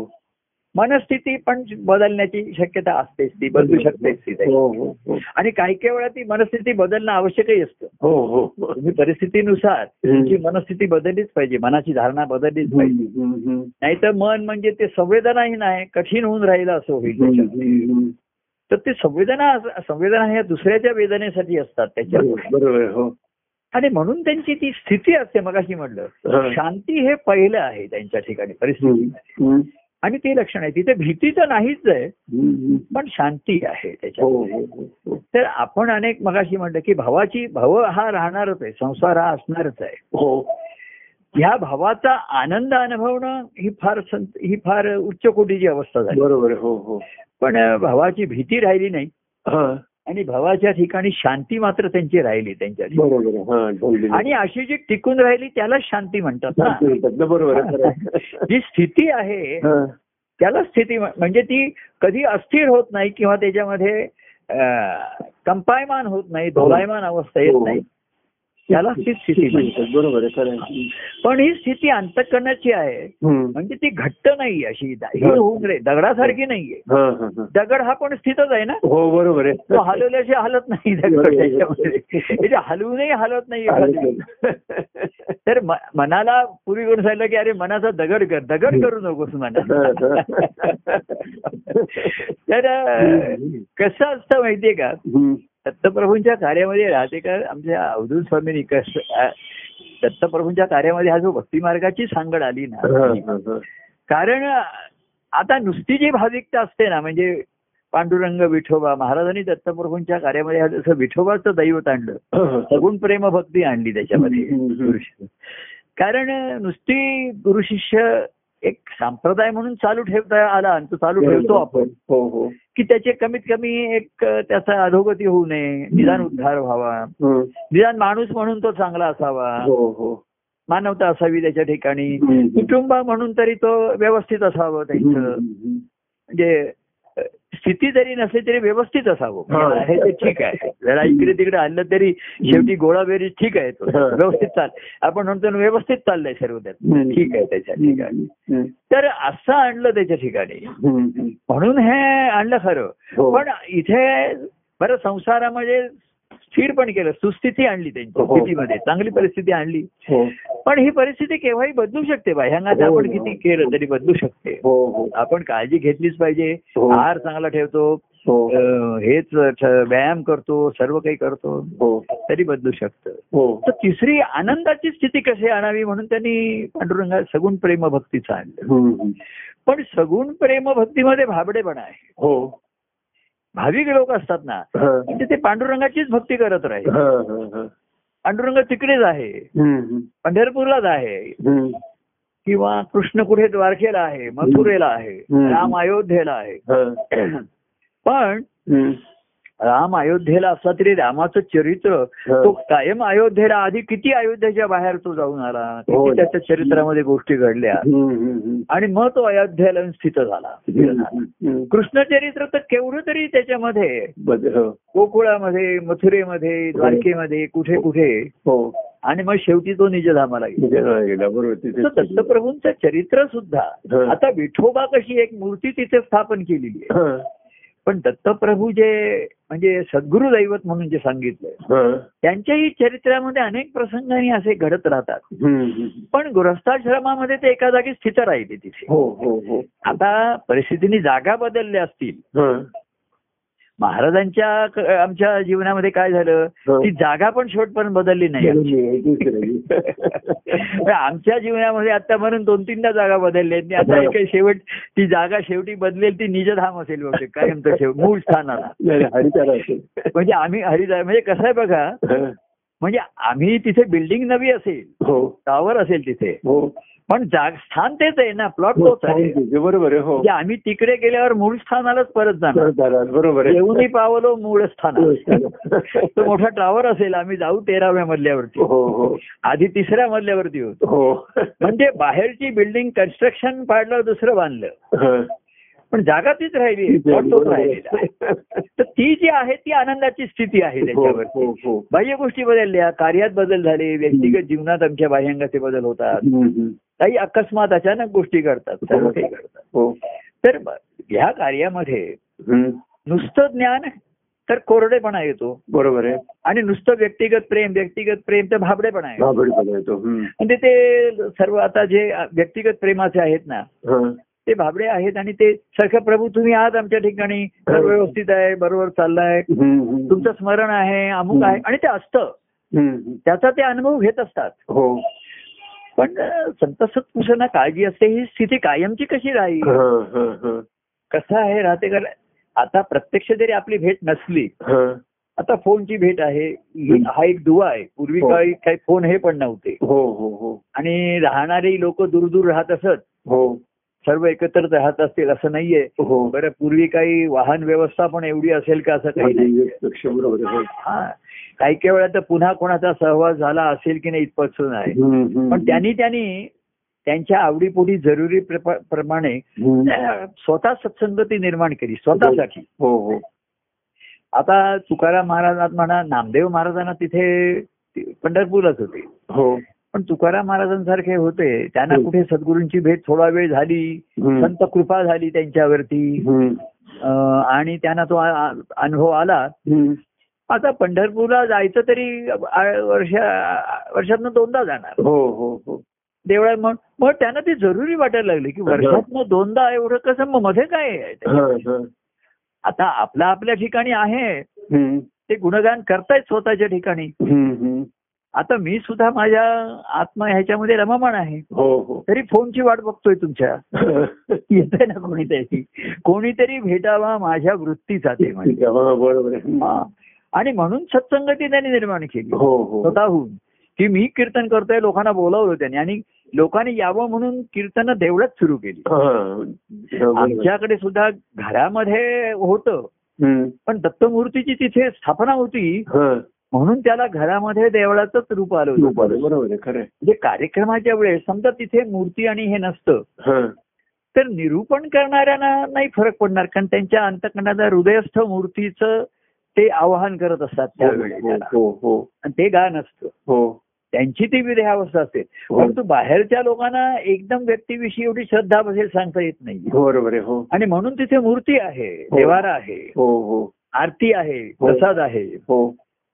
[SPEAKER 2] मनस्थिती पण बदलण्याची शक्यता असतेच ती बदलू शकतेच ती त्याची.
[SPEAKER 1] हो हो हो
[SPEAKER 2] आणि काही काही वेळा ती मनस्थिती बदलणं आवश्यकही असतं
[SPEAKER 1] हो हो
[SPEAKER 2] तुम्ही परिस्थितीनुसार तुमची मनस्थिती बदललीच पाहिजे मनाची धारणा बदललीच पाहिजे
[SPEAKER 1] हम्म, हम्म, हम्म.
[SPEAKER 2] नाहीतर मन म्हणजे ते संवेदनाहीन आहे कठीण होऊन राहिलं असं होईल त्याच्यात.
[SPEAKER 1] हम्म,
[SPEAKER 2] तर ते संवेदना अस- संवेदना ह्या दुसऱ्याच्या वेदनेसाठी असतात त्याच्या
[SPEAKER 1] हम्म. बरोबर आहे, हो
[SPEAKER 2] आणि म्हणून त्यांची ती स्थिती असते मग अशी म्हटलं
[SPEAKER 1] हा.
[SPEAKER 2] शांती हे पहिलं आहे त्यांच्या ठिकाणी परिस्थिती
[SPEAKER 1] हम्म, हम्म,
[SPEAKER 2] आणि ते लक्षण आहे तिथे भीती तर नाहीच आहे
[SPEAKER 1] हम्म.
[SPEAKER 2] पण शांती आहे त्याच्यात
[SPEAKER 1] हो हो हो, हो
[SPEAKER 2] तर आपण अनेक मगाशी म्हटलं की भावाची भाव हा राहणारच आहे संसार हा असणारच आहे
[SPEAKER 1] हो
[SPEAKER 2] ह्या भावाचा आनंद अनुभवणं ही फार संत ही फार उच्च कोटीची अवस्था झाली
[SPEAKER 1] बरोबर आहे, हो हो
[SPEAKER 2] पण भावाची भीती राहिली नाही
[SPEAKER 1] हा
[SPEAKER 2] आणि भावाच्या ठिकाणी शांती मात्र त्यांची राहिली त्यांच्या ठिकाणी.
[SPEAKER 1] बरोबर आहे, हा ढोललेली.
[SPEAKER 2] आणि अशी जी टिकून राहिली त्याला शांती म्हणतात ना
[SPEAKER 1] शांती म्हणतात ना, बरोबर आहे, खरं आहे.
[SPEAKER 2] जी स्थिती आहे
[SPEAKER 1] हा,
[SPEAKER 2] त्याला स्थिती म्हण- म्हणजे ती कधी अस्थिर होत नाही किंवा त्याच्यामध्ये अं, कंपायमान होत नाही दोलायमान अवस्था येत
[SPEAKER 1] हो.
[SPEAKER 2] नाही त्याला ती स्थिती म्हणतात
[SPEAKER 1] म्हणतात, बरोबर आहे, खरं आहे.
[SPEAKER 2] पण ही स्थिती अंतकरणाची आहे
[SPEAKER 1] हम्म.
[SPEAKER 2] म्हणजे ती घट्ट नाही अशी दा- ही होऊन रे दगडासारखी नाहीये
[SPEAKER 1] हा, हा, हा.
[SPEAKER 2] दगड हा पण स्थितच आहे ना
[SPEAKER 1] हो बरोबर आहे
[SPEAKER 2] तो हलवल्याशिवाय हलत नाही दगड
[SPEAKER 1] बरोबर.
[SPEAKER 2] त्याच्यामध्ये म्हणजे हलवूनही हलत नाही एखादी.
[SPEAKER 1] चालेल.
[SPEAKER 2] तर म- मनाला पूर्वी करून सांगितलं की अरे मनाचा दगड कर दगड करू नकोस मना तर अं,
[SPEAKER 1] हम्म.
[SPEAKER 2] कसं असतं माहितीये का
[SPEAKER 1] हम्म.
[SPEAKER 2] दत्तप्रभूंच्या कार्यामध्ये राहते का आमच्या अवधूत स्वामींनी कसं अं, दत्तप्रभूंच्या कार्यामध्ये हा जो भक्तिमार्गाची सांगड आली
[SPEAKER 1] हा,
[SPEAKER 2] ना
[SPEAKER 1] हा, हा.
[SPEAKER 2] कारण आता नुसती जी भाविकता असते ना म्हणजे पांडुरंग विठोबा महाराजांनी दत्तप्रभूंच्या कार्यामध्ये हा जसं विठोबाचं दैवत आणलं
[SPEAKER 1] हा, हा.
[SPEAKER 2] सगुण प्रेम भक्ती आणली त्याच्यामध्ये
[SPEAKER 1] हम्म, हम्म.
[SPEAKER 2] गुरुशिष्य. कारण नुसती गुरुशिष्य एक संप्रदाय म्हणून चालू ठेवता आला आणि तो चालू ठेवतो आपण
[SPEAKER 1] हो हो
[SPEAKER 2] की त्याचे कमीत कमी एक त्याचा अधोगती होऊ नये निदान उद्धार व्हावा
[SPEAKER 1] हम्म.
[SPEAKER 2] निदान माणूस म्हणून तो चांगला असावा
[SPEAKER 1] हो हो
[SPEAKER 2] मानवता असावी त्याच्या ठिकाणी
[SPEAKER 1] हम्म.
[SPEAKER 2] कुटुंब म्हणून तरी तो व्यवस्थित असावं त्यांचं
[SPEAKER 1] हम्म.
[SPEAKER 2] म्हणजे अ, स्थिती जरी नसली तरी व्यवस्थित असावं
[SPEAKER 1] हा.
[SPEAKER 2] म्हणजे आहे ते ठीक आहे जरा इकडे तिकडे आणलं तरी शेवटी गोळाबेरी ठीक आहे तो
[SPEAKER 1] हा.
[SPEAKER 2] व्यवस्थित चाल आपण म्हणतो ना व्यवस्थित चाललंय सर्व त्यात
[SPEAKER 1] हम्म.
[SPEAKER 2] ठीक आहे त्याच्या ठिकाणी
[SPEAKER 1] हम्म.
[SPEAKER 2] तर असं आणलं त्याच्या ठिकाणी
[SPEAKER 1] हम्म. हम्म.
[SPEAKER 2] म्हणून हे आणलं खरं
[SPEAKER 1] हो.
[SPEAKER 2] पण इथे बरं संसारामध्ये स्थिर पण केलं सुस्थिती आणली त्यांची
[SPEAKER 1] हो.
[SPEAKER 2] स्थितीमध्ये चांगली परिस्थिती आणली
[SPEAKER 1] हो
[SPEAKER 2] पण ही परिस्थिती केव्हाही बदलू शकते बाह्यांगात
[SPEAKER 1] हो.
[SPEAKER 2] आपण किती केलं तरी बदलू शकते
[SPEAKER 1] हो हो
[SPEAKER 2] आपण काळजी घेतलीच पाहिजे
[SPEAKER 1] हो.
[SPEAKER 2] आहार चांगला ठेवतो
[SPEAKER 1] हो
[SPEAKER 2] अं, हेच ठ- व्यायाम करतो सर्व काही करतो
[SPEAKER 1] हो
[SPEAKER 2] तरी बदलू शकतं
[SPEAKER 1] हो
[SPEAKER 2] तर तिसरी आनंदाची स्थिती कशी आणावी म्हणून त्यांनी पांडुरंगा सगुण प्रेम भक्तीचं आणलं
[SPEAKER 1] हम्म.
[SPEAKER 2] पण सगुण प्रेम भक्तीमध्ये भाबडेपणा आहे
[SPEAKER 1] हो
[SPEAKER 2] भाविक लोक असतात ना
[SPEAKER 1] हा.
[SPEAKER 2] म्हणजे ते पांडुरंगाचीच भक्ती करत राहील
[SPEAKER 1] हा, हा, हा.
[SPEAKER 2] पांडुरंग तिकडेच आहे
[SPEAKER 1] हम्म.
[SPEAKER 2] पंढरपूरलाच आहे
[SPEAKER 1] हम्म.
[SPEAKER 2] किंवा कृष्ण कुठे द्वारकेला आहे मथुरेला आहे
[SPEAKER 1] हम्म.
[SPEAKER 2] राम अयोध्येला
[SPEAKER 1] हा.
[SPEAKER 2] आहे पण
[SPEAKER 1] हम्म.
[SPEAKER 2] राम अयोध्येला असला तरी रामाचं चरित्र
[SPEAKER 1] हा.
[SPEAKER 2] तो कायम अयोध्येला आधी किती अयोध्येच्या बाहेर तो जाऊन आला
[SPEAKER 1] हो
[SPEAKER 2] किती
[SPEAKER 1] ना.
[SPEAKER 2] त्याच्या चरित्रामध्ये गोष्टी घडल्या
[SPEAKER 1] हम्म. हम्म.
[SPEAKER 2] आणि मग तो अयोध्येला येऊन स्थित झाला
[SPEAKER 1] हम्म. हम्म.
[SPEAKER 2] कृष्ण चरित्र तर केवढं तरी त्याच्यामध्ये
[SPEAKER 1] बद- हो.
[SPEAKER 2] गोकुळामध्ये मथुरेमध्ये द्वारकेमध्ये कुठे कुठे
[SPEAKER 1] हो
[SPEAKER 2] आणि मग शेवटी तो निजधामाला गेला
[SPEAKER 1] जन्माला गेला हो. बरोबर
[SPEAKER 2] तर
[SPEAKER 1] तिथे
[SPEAKER 2] दत्तप्रभूंचं चरित्र सुद्धा
[SPEAKER 1] हा.
[SPEAKER 2] आता विठोबा कशी एक मूर्ती तिथे स्थापन केलेली आहे
[SPEAKER 1] हा.
[SPEAKER 2] पण दत्तप्रभू जे म्हणजे सद्गुरु दैवत म्हणून जे सांगितलंय
[SPEAKER 1] हं.
[SPEAKER 2] त्यांच्याही चरित्रामध्ये अनेक प्रसंगांनी असे घडत राहतात
[SPEAKER 1] हं, हं.
[SPEAKER 2] पण गृहस्थाश्रमामध्ये ते एका जागी स्थित राहिले तिथे
[SPEAKER 1] हो हो हो
[SPEAKER 2] आता परिस्थितीने जागा बदलल्या असतील
[SPEAKER 1] हं,
[SPEAKER 2] महाराजांच्या क- आमच्या जीवनामध्ये काय झालं
[SPEAKER 1] हं.
[SPEAKER 2] ती जागा पण शेवटपर्यंत बदलली नाही आमची.
[SPEAKER 1] हो. नाही, दुसरं.
[SPEAKER 2] आमच्या जीवनामध्ये आतापर्यंत दोन तीनदा जागा बदलल्या आहेत. आणि आता
[SPEAKER 1] हो.
[SPEAKER 2] एक आहे शेवट ती जागा शेवटी बदलेल ती निजधाम असेल बहुतेक काय म्हणतो शेवट मूळ स्थानाला
[SPEAKER 1] नाही, नाही, हरिताला असेल.
[SPEAKER 2] म्हणजे आम्ही हरिदा म्हणजे कसं आहे बघा
[SPEAKER 1] हं.
[SPEAKER 2] म्हणजे आम्ही तिथे बिल्डिंग नवी असेल
[SPEAKER 1] हो
[SPEAKER 2] टावर असेल तिथे
[SPEAKER 1] हो
[SPEAKER 2] पण जाग स्थान तेच आहे ना प्लॉट
[SPEAKER 1] हो,
[SPEAKER 2] तोच आहे
[SPEAKER 1] सांगितलं. बरोबर आहे हो
[SPEAKER 2] म्हणजे आम्ही तिकडे गेल्यावर मूळ स्थानालाच परत जाणार
[SPEAKER 1] सरदारात, बरोबर आहे
[SPEAKER 2] येऊनही पावलो मूळ स्थान तो
[SPEAKER 1] हो
[SPEAKER 2] मोठा टावर असेल आम्ही जाऊ तेराव्या मजल्यावरती
[SPEAKER 1] हो
[SPEAKER 2] आधी तिसऱ्या मजल्यावरती होतो
[SPEAKER 1] हो
[SPEAKER 2] म्हणजे बाहेरची बिल्डिंग कन्स्ट्रक्शन पाडलं दुसरं बांधलं
[SPEAKER 1] हं.
[SPEAKER 2] पण जागा तीच राहिली plot तोच राहिलेला आहे. तर ती जी आहे ती आनंदाची स्थिती आहे
[SPEAKER 1] हो
[SPEAKER 2] त्याच्यावर
[SPEAKER 1] हो हो
[SPEAKER 2] बाह्य गोष्टी बदलल्या कार्यात बदल झाले व्यक्तिगत जीवनात आमच्या बाह्यांगाचे बदल होतात
[SPEAKER 1] हं, हं.
[SPEAKER 2] काही अकस्मात अचानक गोष्टी घडतात सर्व काही घडतात
[SPEAKER 1] हो
[SPEAKER 2] तर ब- ह्या कार्यामध्ये
[SPEAKER 1] हं.
[SPEAKER 2] नुसतं ज्ञान तर कोरडेपणा येतो
[SPEAKER 1] बरोबर आहे
[SPEAKER 2] आणि नुसतं व्यक्तिगत प्रेम व्यक्तिगत प्रेम तर भाबडेपणा आहे
[SPEAKER 1] बाबड बघा येतो हं.
[SPEAKER 2] म्हणजे ते सर्व आता जे व्यक्तिगत प्रेमाचे आहेत ना
[SPEAKER 1] हं.
[SPEAKER 2] ते भाबडे आहेत आणि ते सारखं प्रभू तुम्ही आज आमच्या ठिकाणी सर्व व्यवस्थित आहे बरोबर चाललाय
[SPEAKER 1] हं, हं.
[SPEAKER 2] तुमचं स्मरण आहे अमुक आहे आणि ते असतं
[SPEAKER 1] हं, हं.
[SPEAKER 2] त्याचा ते अनुभव घेत असतात
[SPEAKER 1] हो
[SPEAKER 2] पण अं, संत सत्पुरुषांना काळजी असते ही स्थिती कायमची कशी राहील
[SPEAKER 1] हं, हं, हं.
[SPEAKER 2] कसं आहे राहते कारण आता प्रत्यक्ष जरी आपली भेट नसली
[SPEAKER 1] हं.
[SPEAKER 2] आता फोनची भेट आहे ही- हा एक दुवा आहे पूर्वी
[SPEAKER 1] हो.
[SPEAKER 2] काही काही फोन हे पण नव्हते
[SPEAKER 1] हो हो हो
[SPEAKER 2] आणि राहणारे लोक दूर दूर राहत असत
[SPEAKER 1] हो
[SPEAKER 2] सर्व एकत्र राहत असतील असं नाहीये
[SPEAKER 1] हो
[SPEAKER 2] बरं पूर्वी काही वाहन व्यवस्था पण एवढी असेल का असं काही नाही
[SPEAKER 1] लक्ष बरोबर आहे
[SPEAKER 2] हा काही काही वेळा तर पुन्हा कोणाचा सहवास झाला असेल की नाही इथपासून आहे
[SPEAKER 1] हो. हं, हं.
[SPEAKER 2] पण त्यांनी त्यांनी त्यांच्या आवडीपोटी जरुरी प्रप- प्रमाणे হ্যাঁ।
[SPEAKER 1] हं.
[SPEAKER 2] स्वतः सत्संगती निर्माण केली स्वतःसाठी
[SPEAKER 1] हो हो
[SPEAKER 2] आता तुकाराम महाराजात म्हणा नामदेव महाराजांना तिथे ति- पंढरपूरलाच होते
[SPEAKER 1] हो
[SPEAKER 2] पण तुकाराम महाराजांसारखे होते त्यांना
[SPEAKER 1] हो.
[SPEAKER 2] कुठे सद्गुरूंची भेट थोडा वेळ झाली
[SPEAKER 1] हं.
[SPEAKER 2] संत कृपा झाली त्यांच्यावरती
[SPEAKER 1] हं.
[SPEAKER 2] अं, आणि त्यांना तो आ- आ- अनुभव आला
[SPEAKER 1] हं.
[SPEAKER 2] आता पंढरपूरला जायचं तरी आ- वर्षा वर्षातनं दोनदा जाणार
[SPEAKER 1] हो हो हो
[SPEAKER 2] देवळात मग मग त्यांना ते जरुरी वाटायला लागले की वर्षातनं दोनदा एवढं कसं मग मध्ये काय आहे ते?
[SPEAKER 1] हं, हं.
[SPEAKER 2] आता आपला आपल्या ठिकाणी आहे
[SPEAKER 1] हं.
[SPEAKER 2] ते गुणगान करतायत स्वतःच्या ठिकाणी
[SPEAKER 1] हं, हं.
[SPEAKER 2] आता मी सुद्धा माझ्या आत्मा ह्याच्यामध्ये रममाण आहे
[SPEAKER 1] हो हो
[SPEAKER 2] तरी फोनची वाट बघतोय तुमच्या
[SPEAKER 1] ठीक
[SPEAKER 2] येत ना कोणीतरी कोणीतरी भेटावा माझ्या वृत्तीचा ते म्हणजे
[SPEAKER 1] आहे. हा, बरोबर आहे.
[SPEAKER 2] हा. आणि म्हणून सत्संगती त्यांनी निर्माण केली
[SPEAKER 1] हो हो
[SPEAKER 2] स्वतःहून की मी कीर्तन करतोय लोकांना बोलावलं त्यांनी आणि लोकांनी यावं म्हणून कीर्तन देवळात सुरू केली
[SPEAKER 1] हा, बरोबर आहे.
[SPEAKER 2] आमच्याकडे सुद्धा घरामध्ये होतं
[SPEAKER 1] हं.
[SPEAKER 2] पण दत्तमूर्तीची तिथे स्थापना होती
[SPEAKER 1] हा.
[SPEAKER 2] म्हणून त्याला घरामध्ये देवळाचंच रूप आलं होतं
[SPEAKER 1] बरोबर आहे, बरोबर आहे खरं आहे.
[SPEAKER 2] म्हणजे कार्यक्रमाच्या वेळेस समजा तिथे मूर्ती आणि हे नसतं
[SPEAKER 1] हा.
[SPEAKER 2] तर निरूपण करणाऱ्यांना नाही फरक पडणार कारण त्यांच्या अंतकरणाचा हृदयस्थ मूर्तीचं ते आवाहन करत असतात त्यावेळेस
[SPEAKER 1] हो हो हो
[SPEAKER 2] आणि ते गाणं असतं
[SPEAKER 1] हो
[SPEAKER 2] त्यांची ती विदेहावस्था असते
[SPEAKER 1] हो.
[SPEAKER 2] परंतु बाहेरच्या लोकांना एकदम व्यक्तीविषयी एवढी श्रद्धा बसेल सांगता येत नाही
[SPEAKER 1] बरोबर आहे हो
[SPEAKER 2] आणि म्हणून तिथे मूर्ती आहे देवारा आहे
[SPEAKER 1] हो हो
[SPEAKER 2] आरती आहे
[SPEAKER 1] हो.
[SPEAKER 2] प्रसाद आहे
[SPEAKER 1] हो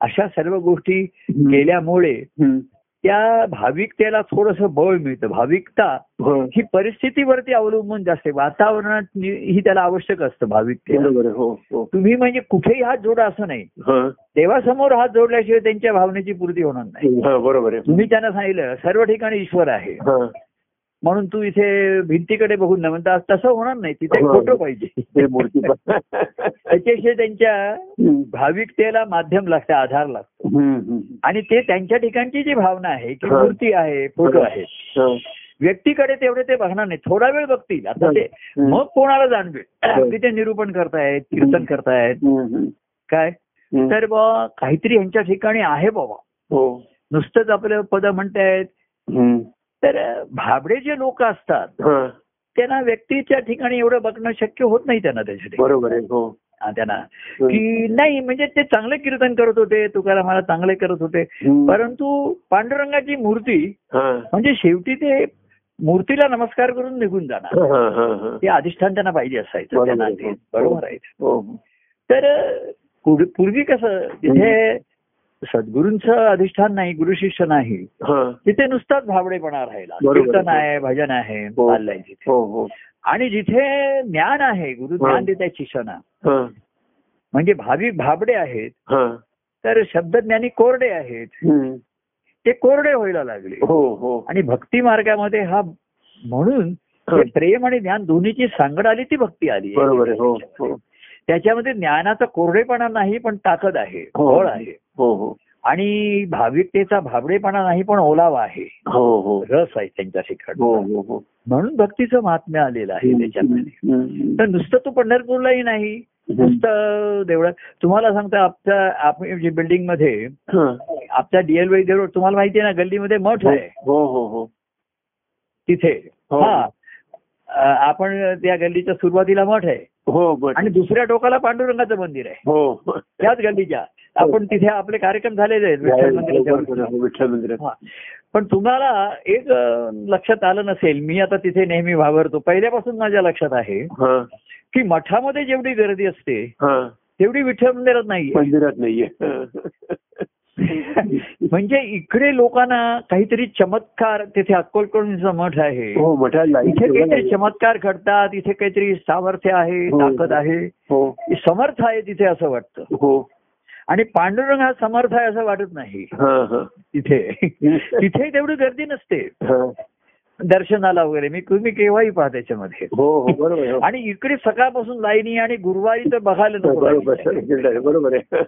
[SPEAKER 2] अशा सर्व गोष्टी
[SPEAKER 1] हं.
[SPEAKER 2] केल्यामुळे
[SPEAKER 1] हं.
[SPEAKER 2] त्या भाविकतेला थोडस बळ मिळतं भाविकता
[SPEAKER 1] हा.
[SPEAKER 2] ही परिस्थितीवरती अवलंबून जास्त वातावरणात ही त्याला आवश्यक असतं भाविकतेला
[SPEAKER 1] बरोबर आहे हो हो
[SPEAKER 2] तुम्ही म्हणजे कुठेही हात जोडा असं नाही
[SPEAKER 1] हा.
[SPEAKER 2] देवासमोर हात जोडल्याशिवाय त्यांच्या भावनेची पूर्ती होणार नाही
[SPEAKER 1] हा, बरोबर आहे
[SPEAKER 2] तुम्ही त्यांना सांगितलं सर्व ठिकाणी ईश्वर आहे
[SPEAKER 1] हा.
[SPEAKER 2] म्हणून तू इथे भिंतीकडे बघून न म्हणता तसं होणार नाही तिथे
[SPEAKER 1] हो.
[SPEAKER 2] फोटो पाहिजे
[SPEAKER 1] ते मूर्ती पण.
[SPEAKER 2] त्याच्याशिवाय त्यांच्या
[SPEAKER 1] हं.
[SPEAKER 2] भाविकतेला माध्यम लागतं आधार लागतो
[SPEAKER 1] हं, हं.
[SPEAKER 2] आणि ते त्यांच्या ठिकाणची जी भावना आहे की
[SPEAKER 1] हा.
[SPEAKER 2] मूर्ती आहे फोटो आहे
[SPEAKER 1] हा.
[SPEAKER 2] व्यक्तीकडे तेवढे ते बघणार नाही थोडा वेळ बघतील आता ते
[SPEAKER 1] हं.
[SPEAKER 2] मग कोणाला जाणवेल
[SPEAKER 1] हो.
[SPEAKER 2] की ते निरूपण करतायत कीर्तन करतायत
[SPEAKER 1] हं, हं.
[SPEAKER 2] काय
[SPEAKER 1] हं.
[SPEAKER 2] तर बा काहीतरी यांच्या ठिकाणी आहे बाबा
[SPEAKER 1] हो
[SPEAKER 2] नुसतंच आपलं पद म्हणतायत
[SPEAKER 1] हं.
[SPEAKER 2] तर अं, भाबडे जे लोक असतात
[SPEAKER 1] हा.
[SPEAKER 2] त्यांना व्यक्तीच्या ठिकाणी एवढं बघणं शक्य होत नाही त्यांना त्याच्या ठिकाणी.
[SPEAKER 1] बरोबर आहे हो
[SPEAKER 2] हा, त्यांना
[SPEAKER 1] हं.
[SPEAKER 2] की नाही म्हणजे ते चांगले कीर्तन करत होते तुकाराम मला चांगले करत होते
[SPEAKER 1] हं.
[SPEAKER 2] परंतु पांडुरंगाची मूर्ती
[SPEAKER 1] हा.
[SPEAKER 2] म्हणजे शेवटी ते मूर्तीला नमस्कार करून निघून जाणार
[SPEAKER 1] हा, हा, हा.
[SPEAKER 2] ते अधिष्ठान त्यांना पाहिजे असायचं
[SPEAKER 1] बरोबर.
[SPEAKER 2] त्यांना ते. बरोबर आहे
[SPEAKER 1] हो.
[SPEAKER 2] तर पूर- पूर्वी कसं तिथे सद्गुरूंचं अधिष्ठान नाही गुरु शिष्य नाही
[SPEAKER 1] हा.
[SPEAKER 2] तिथे नुसताच भाबडेपणा राहिला
[SPEAKER 1] बरोबर.
[SPEAKER 2] कीर्तन आहे भजन आहे
[SPEAKER 1] हो.
[SPEAKER 2] चाललंय तिथे
[SPEAKER 1] हो, हो.
[SPEAKER 2] आणि जिथे ज्ञान आहे गुरु
[SPEAKER 1] हा.
[SPEAKER 2] ज्ञान देत आहे शिष्याना
[SPEAKER 1] हा,
[SPEAKER 2] म्हणजे भाविक भाबडे आहेत
[SPEAKER 1] हा.
[SPEAKER 2] तर शब्दज्ञानी कोरडे आहेत
[SPEAKER 1] हम्म.
[SPEAKER 2] ते कोरडे व्हायला लागले
[SPEAKER 1] हो, हो.
[SPEAKER 2] आणि भक्ती मार्गामध्ये हा म्हणून
[SPEAKER 1] हा.
[SPEAKER 2] ते प्रेम आणि ज्ञान दोन्हीची सांगड आली ती भक्ती आली
[SPEAKER 1] हो. बरोबर आहे. हो, हो.
[SPEAKER 2] त्याच्यामध्ये ज्ञानाचा कोरडेपणा नाही पण ताकद आहे
[SPEAKER 1] हो.
[SPEAKER 2] ओळ आहे
[SPEAKER 1] हो, हो.
[SPEAKER 2] आणि भाविकतेचा भाबडेपणा नाही पण ओलावा आहे
[SPEAKER 1] हो, हो.
[SPEAKER 2] रस आहे त्यांच्या शिकवण
[SPEAKER 1] हो, हो, हो.
[SPEAKER 2] म्हणून भक्तीचं महात्म्य आलेलं आहे त्याच्यामध्ये तर
[SPEAKER 1] हम्म.
[SPEAKER 2] नुसतं तू पंढरपूरलाही नाही नुसतं देवळात तुम्हाला सांगता आपल्या आपण जे बिल्डिंग मध्ये
[SPEAKER 1] हा.
[SPEAKER 2] आपल्या डीएलवाई देवळ तुम्हाला माहिती आहे ना गल्लीमध्ये मठ आहे
[SPEAKER 1] हो, हो, हो.
[SPEAKER 2] तिथे
[SPEAKER 1] हो.
[SPEAKER 2] हा अ, आपण त्या गल्लीच्या सुरुवातीला मठ आहे
[SPEAKER 1] हो, बरं.
[SPEAKER 2] आणि दुसऱ्या टोकाला पांडुरंगाचं मंदिर आहे
[SPEAKER 1] हो.
[SPEAKER 2] त्याच गल्लीच्या आपण तिथे आपले कार्यक्रम झालेले आहेत
[SPEAKER 1] हो,
[SPEAKER 2] विठ्ठल मंदिराच्या वरती.
[SPEAKER 1] विठ्ठल मंदिरात
[SPEAKER 2] हा. पण तुम्हाला एक अ, लक्षात आलं नसेल मी आता तिथे नेहमी वावरतो पहिल्यापासून माझ्या लक्षात आहे
[SPEAKER 1] हा,
[SPEAKER 2] की मठामध्ये जेवढी गर्दी असते
[SPEAKER 1] हा.
[SPEAKER 2] तेवढी विठ्ठल मंदिरात नाहीये
[SPEAKER 1] मंदिरात नाहीये हा.
[SPEAKER 2] म्हणजे इकडे लोकांना काहीतरी चमत्कार तिथे अक्कलकोणचा मठ आहे
[SPEAKER 1] हो मठाला
[SPEAKER 2] इथे काहीतरी चमत्कार घडतात इथे काहीतरी सामर्थ्य आहे
[SPEAKER 1] हो.
[SPEAKER 2] ताकद आहे
[SPEAKER 1] हो
[SPEAKER 2] समर्थ आहे तिथे असं वाटतं
[SPEAKER 1] हो
[SPEAKER 2] आणि पांडुरंग हा समर्थ आहे असं वाटत नाही
[SPEAKER 1] हा हा
[SPEAKER 2] तिथे तिथे तेवढी गर्दी नसते
[SPEAKER 1] हा.
[SPEAKER 2] दर्शनाला वगैरे मी तुम्ही केव्हाही पाहा त्याच्यामध्ये
[SPEAKER 1] हो हो बरोबर आहे.
[SPEAKER 2] आणि इकडे सकाळपासून लाईनी आणि गुरुवारी तर बघायला नको
[SPEAKER 1] बरोबर
[SPEAKER 2] लाईनी.
[SPEAKER 1] आहे. बरोबर आहे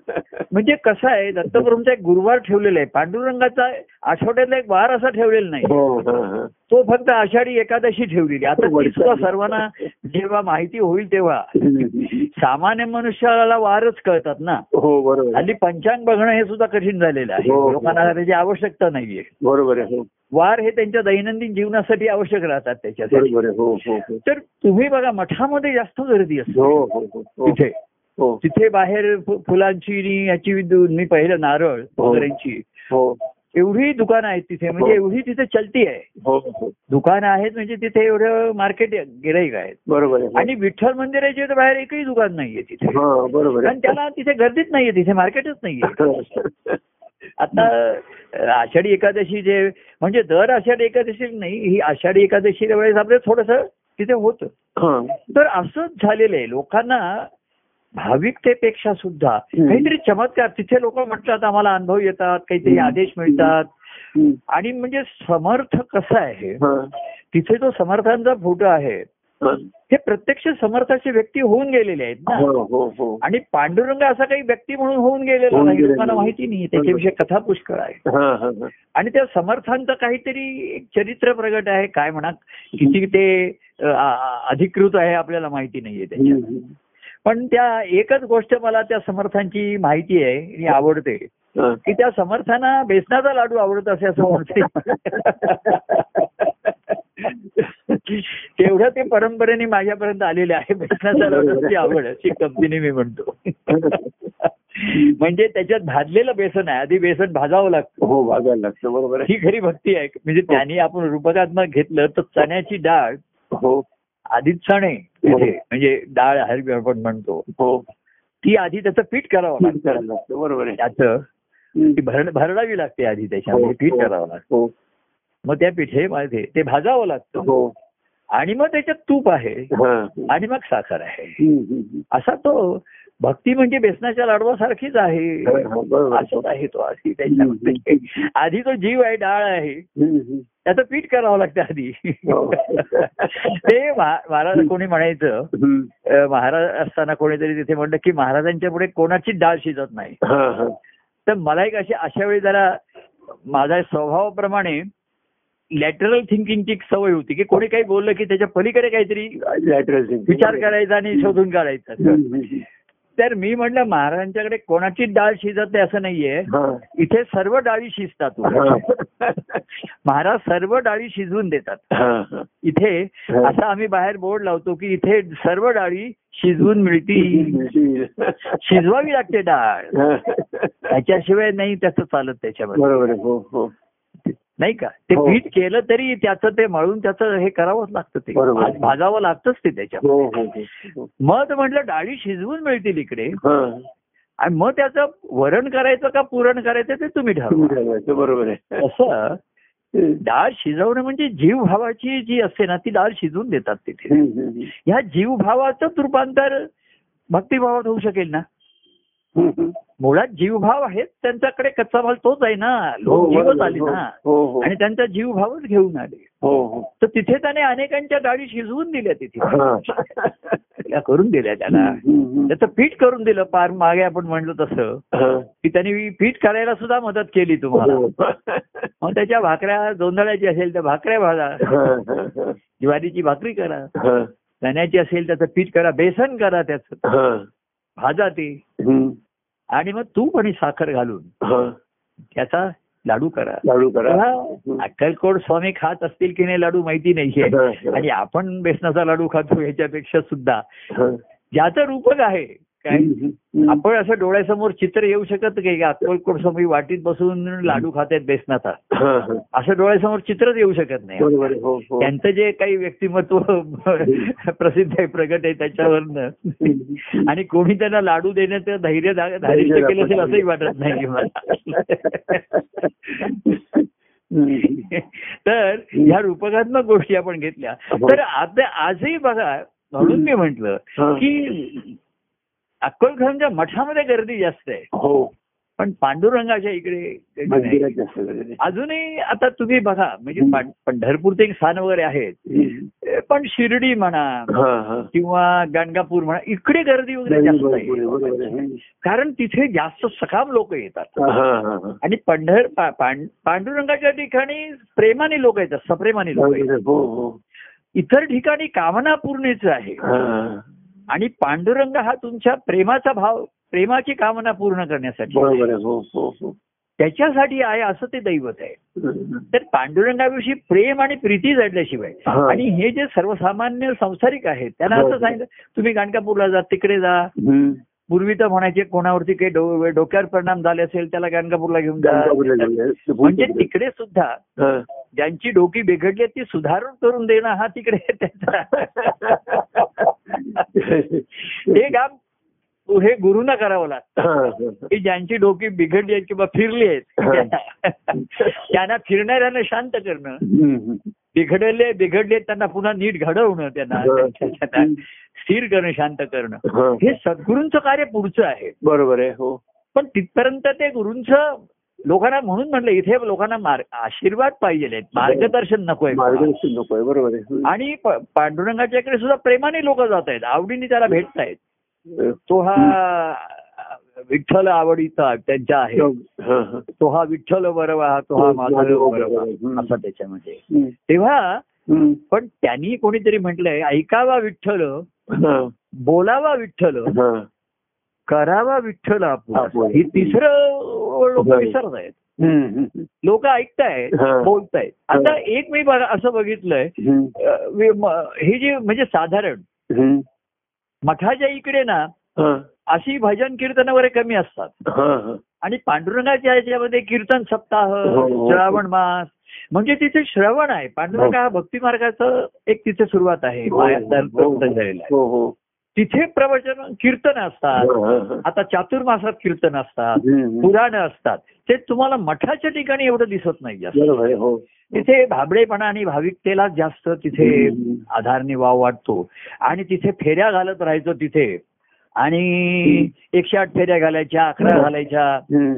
[SPEAKER 2] म्हणजे कसं आहे दत्तप्रभूंचा एक गुरुवार ठेवलेला आहे पांडुरंगाचा आठवड्यातला एक वार असा ठेवलेला नाही
[SPEAKER 1] हो हा, हा.
[SPEAKER 2] तो फक्त आषाढी एकादशी ठेवलेली आता ती सुद्धा सर्वांना जेव्हा माहिती होईल तेव्हा सामान्य मनुष्याला वारच कळतात ना
[SPEAKER 1] हो बरोबर आहे.
[SPEAKER 2] हल्ली पंचांग बघणं हे सुद्धा कठीण झालेलं आहे
[SPEAKER 1] हो, हो.
[SPEAKER 2] लोकांना त्याची आवश्यकता नाहीये
[SPEAKER 1] बरोबर आहे हो
[SPEAKER 2] वार हे त्यांच्या दैनंदिन जीवनासाठी आवश्यक राहतात त्याच्यासाठी
[SPEAKER 1] बरोबर आहे हो हो हो
[SPEAKER 2] तर तुम्ही बघा मठामध्ये जास्त गर्दी असते
[SPEAKER 1] हो हो हो हो
[SPEAKER 2] तिथे
[SPEAKER 1] हो
[SPEAKER 2] तिथे बाहेर फु- फुलांची आणि याची विद्युत- मी पहिलं नारळ
[SPEAKER 1] हो.
[SPEAKER 2] वगैरेची
[SPEAKER 1] हो
[SPEAKER 2] एवढी दुकानं आहेत तिथे
[SPEAKER 1] हो.
[SPEAKER 2] म्हणजे एवढी तिथे चलती आहे
[SPEAKER 1] हो हो
[SPEAKER 2] दुकानं आहेत म्हणजे तिथे एवढं मार्केट गिराईक आहेत
[SPEAKER 1] बरोबर आहे हो.
[SPEAKER 2] आणि विठ्ठल मंदिराच्या इथं बाहेर एकही दुकान नाहीये तिथे
[SPEAKER 1] हा हो, बरोबर
[SPEAKER 2] कारण
[SPEAKER 1] आहे
[SPEAKER 2] त्याला तिथे गर्दीच नाहीये तिथे मार्केटच नाहीये आता अ, आषाढी एकादशी जे म्हणजे दर आषाढी एकादशी नाही ही आषाढी एकादशीच्या वेळेस आपलं थोडस तिथे होतं
[SPEAKER 1] हा.
[SPEAKER 2] तर असंच झालेलं आहे लोकांना भाविकतेपेक्षा सुद्धा
[SPEAKER 1] हम्म.
[SPEAKER 2] काहीतरी चमत्कार तिथे लोक म्हणतात आम्हाला अनुभव येतात काहीतरी
[SPEAKER 1] हम्म.
[SPEAKER 2] आदेश मिळतात
[SPEAKER 1] हम्म.
[SPEAKER 2] आणि म्हणजे समर्थ कसं आहे
[SPEAKER 1] हा.
[SPEAKER 2] तिथे जो समर्थांचा फोटो आहे
[SPEAKER 1] हा.
[SPEAKER 2] हे प्रत्यक्ष समर्थाचे व्यक्ती होऊन गेलेले आहेत ना
[SPEAKER 1] हो हो हो
[SPEAKER 2] आणि पांडुरंग असा काही व्यक्ती म्हणून होऊन गेलेला
[SPEAKER 1] होऊन
[SPEAKER 2] नाही
[SPEAKER 1] गेलेला
[SPEAKER 2] लोकांना
[SPEAKER 1] नाही.
[SPEAKER 2] माहिती नाही त्याच्याविषयी कथा पुष्कळ आहे
[SPEAKER 1] हा हा हा
[SPEAKER 2] आणि त्या समर्थांचं काहीतरी एक चरित्र प्रगट आहे काय म्हणा किती ते अ, आ- अधिकृत आहे आपल्याला माहिती नाहीये त्याची
[SPEAKER 1] हम्म.
[SPEAKER 2] पण त्या एकच गोष्ट मला त्या समर्थांची माहिती आहे आणि आवडते
[SPEAKER 1] हा.
[SPEAKER 2] की त्या समर्थांना बेसनाचा लाडू आवडत असे असं म्हणते तेवढं ते परंपरेने माझ्यापर्यंत आलेले आहे बेसनाचा लाडूची आवड अशी कंपनी मी म्हणतो म्हणजे त्याच्यात भाजलेलं बेसन आहे आधी बेसन भाजावं लागतं
[SPEAKER 1] हो वागायला लागतं बरोबर आहे
[SPEAKER 2] ही खरी भक्ती आहे म्हणजे त्याने आपण रूपकात्मक घेतलं तर चण्याची डाळ
[SPEAKER 1] हो
[SPEAKER 2] आधी चणे तिथे म्हणजे डाळ हरबी आपण म्हणतो
[SPEAKER 1] हो
[SPEAKER 2] ती आधी त्याचं पीठ करावं
[SPEAKER 1] फीड
[SPEAKER 2] लागतं
[SPEAKER 1] करायला लागतं बरोबर आहे
[SPEAKER 2] त्याचं ती
[SPEAKER 1] हम्म.
[SPEAKER 2] भर भरडावी लागते आधी त्याच्यामध्ये
[SPEAKER 1] हो,
[SPEAKER 2] पीठ
[SPEAKER 1] हो.
[SPEAKER 2] करावं लागतं
[SPEAKER 1] हो
[SPEAKER 2] मग त्या पिठेमध्ये ते भाजावं लागतं
[SPEAKER 1] हो
[SPEAKER 2] आणि मग त्याच्यात तूप आहे
[SPEAKER 1] हा.
[SPEAKER 2] आणि मग साखर आहे
[SPEAKER 1] हम्म, हम्म.
[SPEAKER 2] असा तो भक्ती म्हणजे बेसनाच्या लाडवासारखीच आहे
[SPEAKER 1] हा, हो, बरोबर आहे.
[SPEAKER 2] असंच आहे तो अशी त्याच्यामध्ये आधी तो जीव आहे डाळ आहे
[SPEAKER 1] हम्म, हम्म.
[SPEAKER 2] त्याचं पीठ करावं लागतं आधी
[SPEAKER 1] हो.
[SPEAKER 2] ते महा- महाराज कोणी म्हणायचं
[SPEAKER 1] हम्म.
[SPEAKER 2] अ, महाराज असताना कोणीतरी तिथे म्हणलं की महाराजांच्या पुढे कोणाची डाळ शिजत नाही
[SPEAKER 1] हा, हा.
[SPEAKER 2] तर मला एक अशी अशा वेळी जरा माझ्या स्वभावाप्रमाणे लॅटरल थिंकिंगची एक सवय होती की कोणी काही बोललं की त्याच्या पलीकडे काहीतरी
[SPEAKER 1] Lateral thinking.
[SPEAKER 2] विचार करायचा आणि शोधून काढायचा
[SPEAKER 1] हम्म, हम्म.
[SPEAKER 2] तर मी म्हणलं महाराजांच्याकडे कोणाची डाळ शिजत नाही असं नाहीये
[SPEAKER 1] हा.
[SPEAKER 2] इथे सर्व डाळी शिजतात
[SPEAKER 1] हा.
[SPEAKER 2] महाराज सर्व डाळी शिजवून देतात
[SPEAKER 1] हा, हा.
[SPEAKER 2] इथे असं आम्ही बाहेर बोर्ड लावतो की इथे सर्व डाळी शिजवून मिळतील शिजवावी लागते डाळ
[SPEAKER 1] हा.
[SPEAKER 2] त्याच्याशिवाय नाही त्याचं चालत त्याच्यामध्ये
[SPEAKER 1] बरोबर आहे हो हो
[SPEAKER 2] नाही का ते
[SPEAKER 1] हो.
[SPEAKER 2] पीठ केलं तरी त्याचं ते मळून त्याचं हे करावंच लागतं ते
[SPEAKER 1] बरोबर.
[SPEAKER 2] भाज- भाजावं लागतंच ते त्याच्या
[SPEAKER 1] हो हो हो.
[SPEAKER 2] मध म्हटलं डाळी शिजवून मिळतील इकडे
[SPEAKER 1] हा.
[SPEAKER 2] आणि मग त्याचं वरण करायचं का पुरण करायचं ते तुम्ही
[SPEAKER 1] तुम्ही
[SPEAKER 2] ठरवा
[SPEAKER 1] ठरवायचं, बरोबर आहे
[SPEAKER 2] असं
[SPEAKER 1] हम्म,
[SPEAKER 2] डाळ शिजवणं म्हणजे जीवभावाची जी असते ना ती डाळ शिजवून देतात तिथे
[SPEAKER 1] हम्म, हम्म.
[SPEAKER 2] ह्या जीवभावाचंच रूपांतर भक्तिभावात होऊ शकेल ना
[SPEAKER 1] हम्म, हम्म.
[SPEAKER 2] मुळात जीवभाव आहेत त्यांच्याकडे कच्चा माल तोच आहे ना
[SPEAKER 1] हो,
[SPEAKER 2] लोक जीवच
[SPEAKER 1] बरोबर.
[SPEAKER 2] आले ना
[SPEAKER 1] हो हो
[SPEAKER 2] आणि त्यांचा जीवभावच घेऊन आले
[SPEAKER 1] हो हो
[SPEAKER 2] तर तिथे त्याने अनेकांच्या डाळी शिजवून दिल्या
[SPEAKER 1] हा.
[SPEAKER 2] तिथे त्या करून दिल्या त्याला
[SPEAKER 1] हम्म, हम्म.
[SPEAKER 2] त्याचं पीठ करून दिलं पार मागे आपण म्हणलं तसं
[SPEAKER 1] हा.
[SPEAKER 2] की त्यांनी पीठ करायला सुद्धा मदत केली तुम्हाला
[SPEAKER 1] हो.
[SPEAKER 2] मग त्याच्या भाकऱ्या जोंधळ्याची असेल तर भाकऱ्या भाजा
[SPEAKER 1] हा, हा, हा.
[SPEAKER 2] ज्वारीची भाकरी करा
[SPEAKER 1] हा,
[SPEAKER 2] चण्याची असेल त्याचं पीठ करा बेसन करा त्याचं
[SPEAKER 1] हा.
[SPEAKER 2] भाजा ते
[SPEAKER 1] हम्म,
[SPEAKER 2] आणि मग तूप आणि साखर घालून
[SPEAKER 1] हा.
[SPEAKER 2] त्याचा लाडू करा
[SPEAKER 1] लाडू करा
[SPEAKER 2] तेव्हा अक्कलकोट स्वामी खात असतील की नाही लाडू माहिती नाहीये आणि आपण बेसनाचा लाडू खातो याच्यापेक्षा सुद्धा ज्याचं रूपक आहे काय आपण असं डोळ्यासमोर चित्र येऊ शकत नाही की अक्कलकोट स्वामी वाटीत बसून लाडू खात आहेत बेसनाचा असं डोळ्यासमोर चित्रच येऊ शकत नाही
[SPEAKER 1] बरोबर आहे. हो हो
[SPEAKER 2] त्यांचं जे काही व्यक्तिमत्व प्रसिद्ध आहे प्रगट आहे त्याच्यावरनं आणि कोणी त्यांना लाडू देण्याचं धैर्य धा- धारिष्ट केलं असेल असंही वाटत नाही मला
[SPEAKER 1] हम्म.
[SPEAKER 2] तर ह्या रूपकात्मक गोष्टी आपण घेतल्या तर आता आजही बघा म्हणून मी म्हंटल
[SPEAKER 1] हा.
[SPEAKER 2] की अक्कलखानच्या मठामध्ये गर्दी जास्त आहे
[SPEAKER 1] हो
[SPEAKER 2] पण पांडुरंगाच्या इकडे गर्दी नाही.
[SPEAKER 1] मंदिरात जास्त गर्दी.
[SPEAKER 2] अजूनही आता तुम्ही बघा म्हणजे
[SPEAKER 1] हम्म.
[SPEAKER 2] पां- पंढरपूरचे एक स्थान वगैरे आहेत
[SPEAKER 1] हम्म.
[SPEAKER 2] ए, पण शिर्डी म्हणा
[SPEAKER 1] हा, हा.
[SPEAKER 2] किंवा गाणगापूर म्हणा इकडे गर्दी वगैरे
[SPEAKER 1] गर्दी
[SPEAKER 2] जास्त
[SPEAKER 1] भरपूर आहे, बरोबर
[SPEAKER 2] आहे
[SPEAKER 1] आहे.
[SPEAKER 2] कारण तिथे जास्त सखाम लोक येतात
[SPEAKER 1] हा, हा, हा, हा.
[SPEAKER 2] आणि पंढर पा- पां- पांडुरंगाच्या ठिकाणी प्रेमाने लोक येतात सप्रेमाने लोक येतात
[SPEAKER 1] बरोबर आहे. हो हो
[SPEAKER 2] इतर ठिकाणी कामना पूर्णीच आहे
[SPEAKER 1] हा.
[SPEAKER 2] आणि पांडुरंग हा तुमच्या प्रेमाचा भाव प्रेमाची कामना पूर्ण करण्यासाठी
[SPEAKER 1] बरोबर आहे. हो हो हो
[SPEAKER 2] त्याच्यासाठी आहे असं ते दैवत आहे
[SPEAKER 1] हम्म.
[SPEAKER 2] तर पांडुरंगाविषयी प्रेम आणि प्रीती जडल्याशिवाय
[SPEAKER 1] हा.
[SPEAKER 2] आणि हे जे सर्वसामान्य संसारिक आहेत त्यांना असं
[SPEAKER 1] बरोबर.
[SPEAKER 2] सांगितलं तुम्ही गाणगापूरला जा तिकडे जा
[SPEAKER 1] हम्म.
[SPEAKER 2] पूर्वी तर म्हणायचे कोणावरती काही डो- डोक्यावर परिणाम झाले असेल त्याला गाणगापूरला घेऊन जा
[SPEAKER 1] गाणगापूरला जाऊया.
[SPEAKER 2] म्हणजे तिकडे सुद्धा
[SPEAKER 1] हा.
[SPEAKER 2] ज्यांची डोकी बिघडली आहे ती सुधारून करून देणं हा तिकडे त्याचा ते काम हे गुरुना करावं लागतं
[SPEAKER 1] हा, हा, हा.
[SPEAKER 2] की ज्यांची डोकी बिघडली आहेत किंवा फिरली आहेत त्यांना फिरणाऱ्यांना शांत करणं
[SPEAKER 1] हम्म.
[SPEAKER 2] बिघडले बिघडले त्यांना पुन्हा नीट घडवणं त्यांना त्यांना स्थिर करणं शांत करणं
[SPEAKER 1] हा.
[SPEAKER 2] हे सद्गुरूंचं कार्य पुढचं आहे
[SPEAKER 1] बरोबर आहे हो
[SPEAKER 2] पण तिथपर्यंत ते गुरूंचं लोकांना म्हणून म्हटलं इथे लोकांना मार्ग आशीर्वाद पाहिजे आहेत मार्गदर्शन नकोय
[SPEAKER 1] मार्गदर्शन नको आहे बरोबर आहे हम्म.
[SPEAKER 2] आणि प- पांडुरंगाच्याकडे सुद्धा प्रेमाने लोक जात आहेत आवडीने त्याला भेटतायत तो हा विठ्ठल आवडीचा त्यांच्या आहे
[SPEAKER 1] हा, हा.
[SPEAKER 2] तो हा विठ्ठल बरोबर हा तो हा माझा बरोबर असा त्याच्यामध्ये
[SPEAKER 1] हम्म.
[SPEAKER 2] तेव्हा
[SPEAKER 1] हम्म.
[SPEAKER 2] पण त्यांनी कोणीतरी म्हटलंय ऐकावा विठ्ठल
[SPEAKER 1] हा,
[SPEAKER 2] बोलावा विठ्ठल
[SPEAKER 1] हा.
[SPEAKER 2] करावा विठ्ठल आपण
[SPEAKER 1] आपुआस.
[SPEAKER 2] ही तिसरं लोक
[SPEAKER 1] बरोबर.
[SPEAKER 2] विसरत आहेत
[SPEAKER 1] हम्म, हम्म.
[SPEAKER 2] लोक ऐकतायत
[SPEAKER 1] हो. हा.
[SPEAKER 2] बोलतायत आता एक मी बघा असं बघितलंय
[SPEAKER 1] हम्म.
[SPEAKER 2] अं, वि- म- हे जे म्हणजे साधारण
[SPEAKER 1] हम्म.
[SPEAKER 2] मठाच्या इकडे ना
[SPEAKER 1] हा,
[SPEAKER 2] अशी भजन कीर्तन वगैरे कमी असतात
[SPEAKER 1] हा, हा.
[SPEAKER 2] आणि पांडुरंगाच्या याच्यामध्ये कीर्तन सप्ताह
[SPEAKER 1] हो, हो.
[SPEAKER 2] श्रावण मास म्हणजे तिथे श्रवण आहे पांडुरंग हा भक्ती मार्गाचं एक तिथे सुरुवात आहे
[SPEAKER 1] हो,
[SPEAKER 2] मायादान
[SPEAKER 1] हो,
[SPEAKER 2] प्राप्त झालेलं आहे
[SPEAKER 1] हो, हो.
[SPEAKER 2] तिथे प्रवचन कीर्तन असतात
[SPEAKER 1] हा, हा, हा.
[SPEAKER 2] आता चातुर्मासात कीर्तन असतात
[SPEAKER 1] हम्म.
[SPEAKER 2] पुराणं असतात ते तुम्हाला मठाच्या ठिकाणी एवढं दिसत नाही जास्त
[SPEAKER 1] बरोबर आहे हो
[SPEAKER 2] तिथे भाबडेपणा आणि भाविकतेला जास्त तिथे
[SPEAKER 1] हम्म.
[SPEAKER 2] आधारने वाव वाटतो आणि तिथे फेऱ्या घालत राहायचो तिथे आणि एकशे आठ फेऱ्या घालायच्या अकरा
[SPEAKER 1] हो.
[SPEAKER 2] घालायच्या
[SPEAKER 1] हम्म.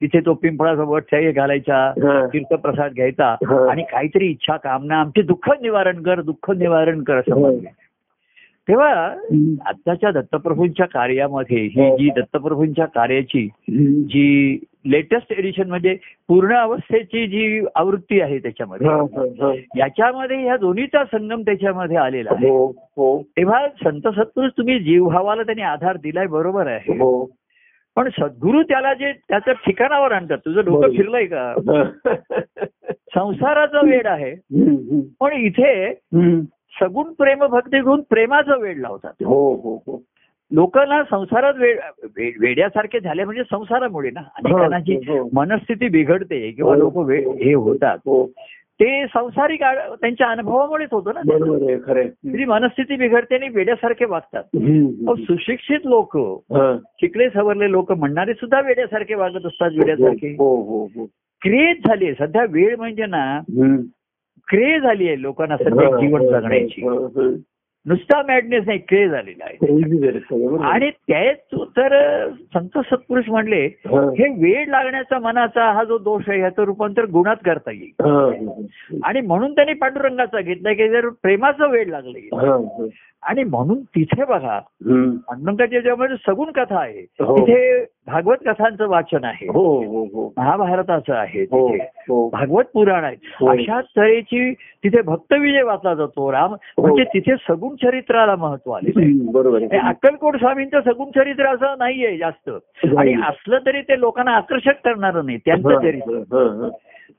[SPEAKER 2] तिथे तो पिंपळासोबत शाही घालायचा
[SPEAKER 1] हा.
[SPEAKER 2] तीर्थप्रसाद घ्यायचा
[SPEAKER 1] हा.
[SPEAKER 2] आणि काहीतरी इच्छा कामना आमचे दुःख निवारण कर दुःख निवारण कर असं
[SPEAKER 1] हो.
[SPEAKER 2] म्हणले. तेव्हा
[SPEAKER 1] हम्म.
[SPEAKER 2] आत्ताच्या दत्तप्रभूंच्या कार्यामध्ये ही
[SPEAKER 1] हो.
[SPEAKER 2] जी दत्तप्रभूंच्या कार्याची
[SPEAKER 1] हम्म.
[SPEAKER 2] जी लेटेस्ट एडिशन म्हणजे पूर्ण अवस्थेची जी आवृत्ती आहे
[SPEAKER 1] हा,
[SPEAKER 2] त्याच्यामध्ये
[SPEAKER 1] हा, हा.
[SPEAKER 2] याच्यामध्ये ह्या दोन्हीचा संगम त्याच्यामध्ये आलेला आहे
[SPEAKER 1] हो हो
[SPEAKER 2] तेव्हा संत सत्पुरुष तुम्ही जीवभावाला त्यांनी आधार दिलाय बरोबर आहे
[SPEAKER 1] हो
[SPEAKER 2] पण सद्गुरू त्याला जे त्याच्या ठिकाणावर आणतात तुझं डोकं
[SPEAKER 1] बरोबर.
[SPEAKER 2] फिरलंय का
[SPEAKER 1] हा.
[SPEAKER 2] संसाराचा वेळ आहे
[SPEAKER 1] हम्म, हम्म.
[SPEAKER 2] पण इथे
[SPEAKER 1] हम्म.
[SPEAKER 2] सगुण प्रेम भक्ती घेऊन प्रेमाचा वेळ लावतात
[SPEAKER 1] हो हो हो
[SPEAKER 2] लोकांना संसारात वेड- वे- वेड्यासारखे झाले म्हणजे संसारामुळे ना अनेकांची
[SPEAKER 1] हो, हो.
[SPEAKER 2] मनस्थिती बिघडते किंवा
[SPEAKER 1] हो.
[SPEAKER 2] लोक हे होतात
[SPEAKER 1] हो
[SPEAKER 2] ते संसारिक आड- त्यांच्या अनुभवामुळेच होतं ना
[SPEAKER 1] बरोबर आहे खरं आहे.
[SPEAKER 2] तुझी मनस्थिती बिघडते आणि वेड्यासारखे वागतात
[SPEAKER 1] हम्म,
[SPEAKER 2] अहो,
[SPEAKER 1] हम्म.
[SPEAKER 2] सुशिक्षित लोक
[SPEAKER 1] हा.
[SPEAKER 2] शिकले सवरले लोक म्हणणारे सुद्धा वेड्यासारखे वागत असतात वेड्यासारखे
[SPEAKER 1] हो हो हो
[SPEAKER 2] क्रेज झाली आहे सध्या वेळ म्हणजे ना
[SPEAKER 1] हम्म.
[SPEAKER 2] क्रेज झाली आहे लोकांना सध्या जीवन जगण्याची
[SPEAKER 1] हा, हा.
[SPEAKER 2] नुसता मॅडनेस नाही क्रेज झालेला आहे
[SPEAKER 1] Crazy झालं सगळं, बरोबर आहे.
[SPEAKER 2] आणि त्याच तर संत सत्पुरुष म्हणले
[SPEAKER 1] हा.
[SPEAKER 2] हे वेळ लागण्याचा मनाचा हा जो दोष आहे ह्याचं रूपांतर गुणात करता येईल
[SPEAKER 1] हा,
[SPEAKER 2] आणि म्हणून त्यांनी पांडुरंगाचा घेतला की जर प्रेमाचं वेळ लागलं येईल.
[SPEAKER 1] हा, हा.
[SPEAKER 2] आणि म्हणून तिथे बघा
[SPEAKER 1] हो, हम्म.
[SPEAKER 2] पांडुरंगाच्या ज्यामध्ये सगुण कथा आहे
[SPEAKER 1] हो.
[SPEAKER 2] तिथे भागवत कथांचं वाचन आहे
[SPEAKER 1] हो हो हो
[SPEAKER 2] महाभारताचं आहे
[SPEAKER 1] हो
[SPEAKER 2] तिथे
[SPEAKER 1] हो
[SPEAKER 2] भागवत पुराण आहे
[SPEAKER 1] हो.
[SPEAKER 2] अशा तऱ्हेची तिथे भक्तविजय वाचला जातो राम म्हणजे तिथे सगुण चरित्राला महत्व आलेलं आहे
[SPEAKER 1] हो. हम्म, बरोबर
[SPEAKER 2] हे
[SPEAKER 1] आहे
[SPEAKER 2] अक्कलकोट स्वामींचं सगुण चरित्र असं नाहीये जास्त
[SPEAKER 1] हो.
[SPEAKER 2] आणि असलं तरी ते लोकांना आकर्षक करणारं नाही
[SPEAKER 1] हो.
[SPEAKER 2] त्यांचं चरित्र
[SPEAKER 1] हा, हा,